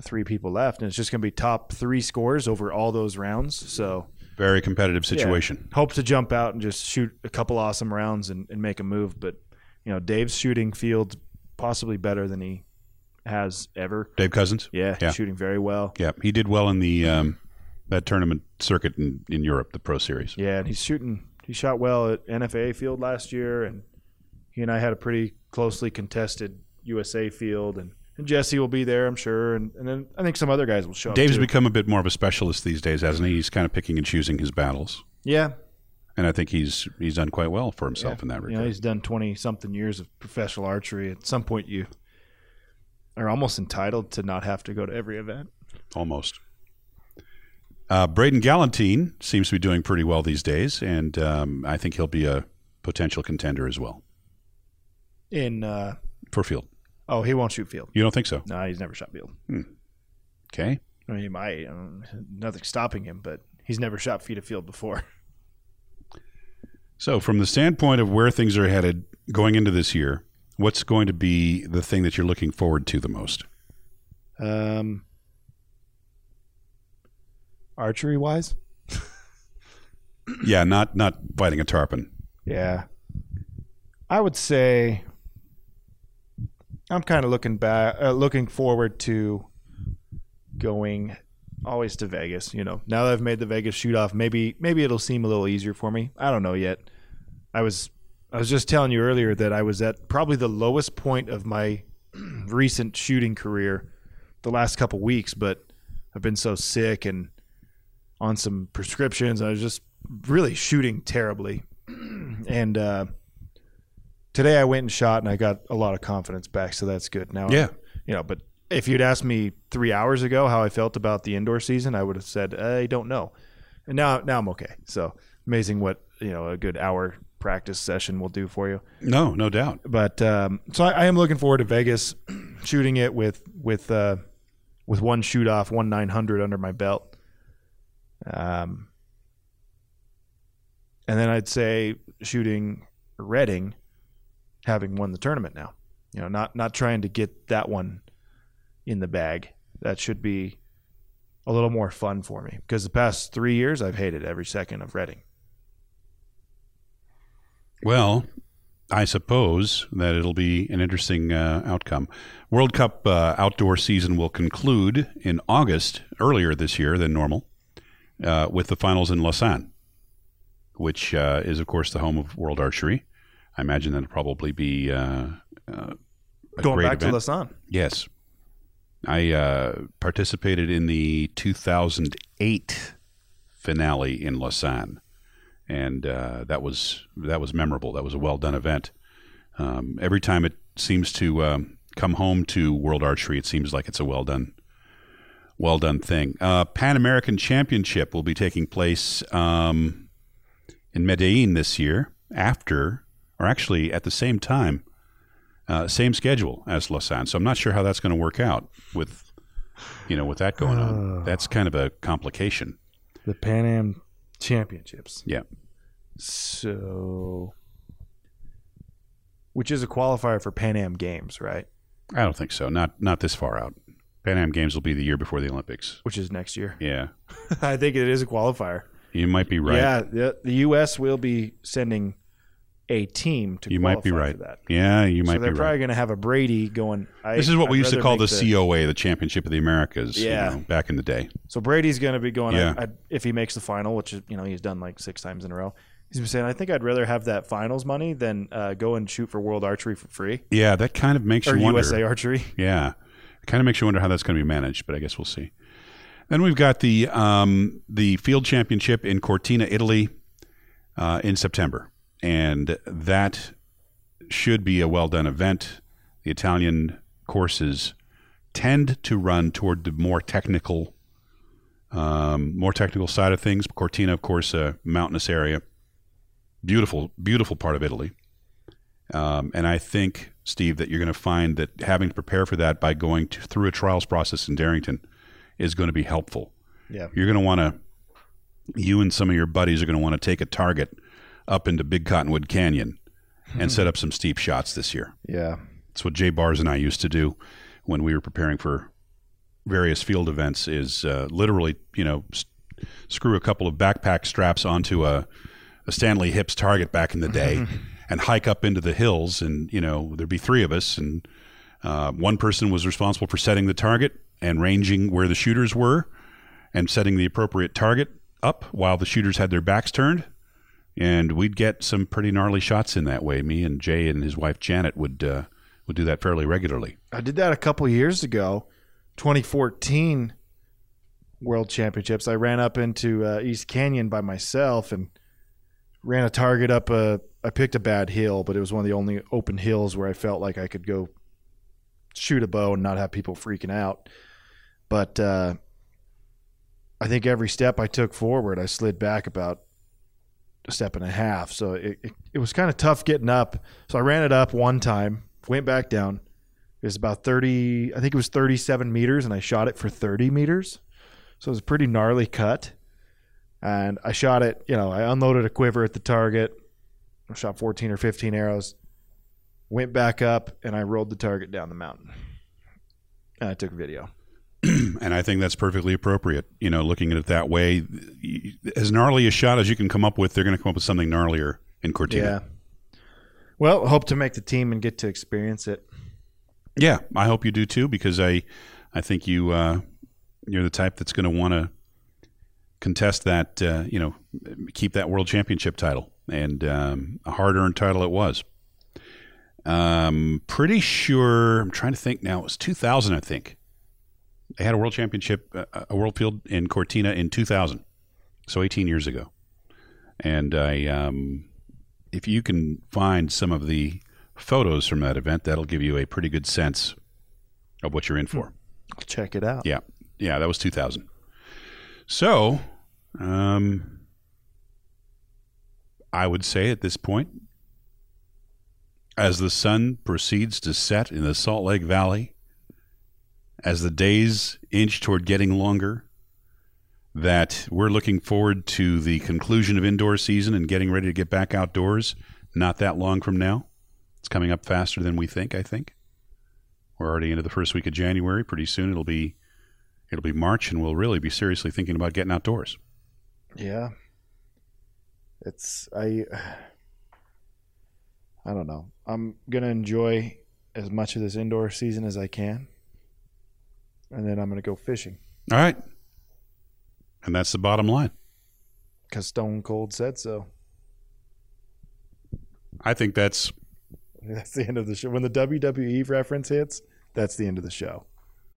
Speaker 2: three people left, and it's just going to be top three scores over all those rounds. So
Speaker 1: Very competitive situation.
Speaker 2: hope to jump out and just shoot a couple awesome rounds and, and make a move. But you know, Dave's shooting fields possibly better than he has ever.
Speaker 1: Dave Cousins.
Speaker 2: Yeah,
Speaker 1: Yeah.
Speaker 2: he's shooting very well.
Speaker 1: Yeah, he did well in the um, that tournament circuit in, in Europe, the Pro Series.
Speaker 2: Yeah, and he's shooting. He shot well at NFAA field last year, and he and I had a pretty closely contested USA field, and, and Jesse will be there, I'm sure, and, and then I think some other guys will show
Speaker 1: Dave's
Speaker 2: up. too.
Speaker 1: become a bit more of a specialist these days, hasn't he? He's kind of picking and choosing his battles,
Speaker 2: yeah,
Speaker 1: and I think he's he's done quite well for himself in that
Speaker 2: you know,
Speaker 1: regard.
Speaker 2: he's done 20 something years of professional archery. At some point, you are almost entitled to not have to go to every event.
Speaker 1: Almost. Uh, Braden Galantine seems to be doing pretty well these days, and um, I think he'll be a potential contender as well
Speaker 2: in uh
Speaker 1: for field.
Speaker 2: oh he won't shoot field
Speaker 1: You don't think so?
Speaker 2: no he's never shot field
Speaker 1: Okay.
Speaker 2: i mean he might um, nothing stopping him but he's never shot feet of field before
Speaker 1: So, from the standpoint of where things are headed going into this year, what's going to be the thing that you're looking forward to the most?
Speaker 2: um archery wise
Speaker 1: yeah, not not fighting a tarpon.
Speaker 2: yeah i would say i'm kind of looking back uh, looking forward to going always to vegas you know now that i've made the vegas shoot off maybe maybe it'll seem a little easier for me i don't know yet I was I was just telling you earlier that I was at probably the lowest point of my recent shooting career the last couple weeks, but I've been so sick and on some prescriptions. I was just really shooting terribly. and uh, today I went and shot and I got a lot of confidence back, so that's good. Now
Speaker 1: Yeah.
Speaker 2: you know, but if you'd asked me three hours ago how I felt about the indoor season, I would have said, I don't know. And now now I'm okay. So amazing what you know a good hour practice session will do for you.
Speaker 1: No, no doubt.
Speaker 2: But um, so I, I am looking forward to Vegas shooting it with with uh, with one shoot off, one 900 under my belt. Um, and then I'd say shooting Redding, having won the tournament now. You know, not not trying to get that one in the bag. That should be a little more fun for me because the past three years I've hated every second of Redding.
Speaker 1: Well, I suppose that it'll be an interesting uh, outcome. World Cup uh, outdoor season will conclude in August, earlier this year than normal, uh, with the finals in Lausanne, which uh, is, of course, the home of World Archery. I imagine that'll probably be uh, uh, a
Speaker 2: Going
Speaker 1: great
Speaker 2: back
Speaker 1: event.
Speaker 2: to Lausanne,
Speaker 1: Yes. I uh, participated in the 2008 finale in Lausanne, and uh, that was that was memorable. That was a well done event. Um, every time it seems to um, come home to World Archery, it seems like it's a well done, well done thing. Uh, Pan American Championship will be taking place um, in Medellin this year, after or actually at the same time uh, same schedule as Lausanne. So I'm not sure how that's going to work out with, you know, with that going
Speaker 2: Uh.
Speaker 1: on. That's kind of a complication.
Speaker 2: the Pan Am Championships.
Speaker 1: Yeah.
Speaker 2: So, which is a qualifier for Pan Am Games, right?
Speaker 1: I don't think so. Not not this far out. Pan Am Games will be the year before the Olympics.
Speaker 2: Which is next year.
Speaker 1: Yeah,
Speaker 2: I think it is a qualifier.
Speaker 1: you might be right.
Speaker 2: Yeah, the, the U.S. will be sending a team to
Speaker 1: you
Speaker 2: qualify
Speaker 1: might be right.
Speaker 2: for that.
Speaker 1: Yeah, you might
Speaker 2: so they're
Speaker 1: be
Speaker 2: probably
Speaker 1: right.
Speaker 2: going to have a Brady going. I,
Speaker 1: This is what
Speaker 2: I'd
Speaker 1: we used to
Speaker 2: rather
Speaker 1: call the,
Speaker 2: make
Speaker 1: COA, the Championship of the Americas. you
Speaker 2: Yeah.
Speaker 1: know, back in the day.
Speaker 2: So Brady's going to be going.
Speaker 1: Yeah.
Speaker 2: I, I, if he makes the final, which is, you know he's done like six times in a row, he's been saying, "I think I'd rather have that finals money than uh, go and shoot for World Archery for free
Speaker 1: Yeah, that kind of makes
Speaker 2: or
Speaker 1: you wonder.
Speaker 2: USA Archery."
Speaker 1: Yeah. It kind of makes you wonder how that's going to be managed, but I guess we'll see. Then we've got the um, the field championship in Cortina, Italy, uh, in September, and that should be a well done event. The Italian courses tend to run toward the more technical, um, more technical side of things. Cortina, of course, a mountainous area, beautiful, beautiful part of Italy. Um, and I think, Steve, that you're going to find that having to prepare for that by going to, through a trials process in Darrington is going to be helpful.
Speaker 2: Yeah.
Speaker 1: You're going to want to, you and some of your buddies are going to want to take a target up into Big Cottonwood Canyon and set up some steep shots this year.
Speaker 2: Yeah.
Speaker 1: It's what Jay Bars and I used to do when we were preparing for various field events. Is uh, literally, you know, s- screw a couple of backpack straps onto a, a Stanley Hips target back in the day, and hike up into the hills. And you know, there'd be three of us, and uh, one person was responsible for setting the target and ranging where the shooters were, and setting the appropriate target up while the shooters had their backs turned. And we'd get some pretty gnarly shots in that way. Me and Jay and his wife Janet would uh, would do that fairly regularly.
Speaker 2: I did that a couple years ago, 2014 World Championships. I ran up into uh, East Canyon by myself and ran a target up a. I picked a bad hill, but it was one of the only open hills where I felt like I could go shoot a bow and not have people freaking out. But uh, I think every step I took forward, I slid back about a step and a half. So it, it, it was kind of tough getting up. So I ran it up one time, went back down. It was about 30, I think it was 37 meters, and I shot it for 30 meters. So it was a pretty gnarly cut. And I shot it, you know, I unloaded a quiver at the target. I shot 14 or 15 arrows, went back up, and I rolled the target down the mountain. And I took a video.
Speaker 1: and I think that's perfectly appropriate. You know, looking at it that way, as gnarly a shot as you can come up with, they're going to come up with something gnarlier in Cortina.
Speaker 2: Well, hope to make the team and get to experience it.
Speaker 1: Yeah, I hope you do too, because I, I think you, uh, you're the type that's going to want to contest that. Uh, you know, keep that world championship title, and um, a hard-earned title it was. Um, pretty sure. I'm trying to think now. It was 2000, I think. They had a world championship, uh, a world field in Cortina in 2000, so 18 years ago. And I, um, if you can find some of the photos from that event, that'll give you a pretty good sense of what you're in for.
Speaker 2: I'll check it out.
Speaker 1: Yeah, yeah, that was 2000. So, um, I would say at this point, as the sun proceeds to set in the Salt Lake Valley, as the days inch toward getting longer, that we're looking forward to the conclusion of indoor season and getting ready to get back outdoors not that long from now. It's coming up faster than we think, I think. We're already into the first week of January. Pretty soon it'll be it'll be March and we'll really be seriously thinking about getting outdoors.
Speaker 2: Yeah. It's I I don't know. I'm going to enjoy as much of this indoor season as I can. And then I'm going to go fishing
Speaker 1: All right. And that's the bottom line.
Speaker 2: cuz Stone Cold said so.
Speaker 1: I think that's
Speaker 2: E That's the end of the show. When the WWE reference hits, that's the end of the show.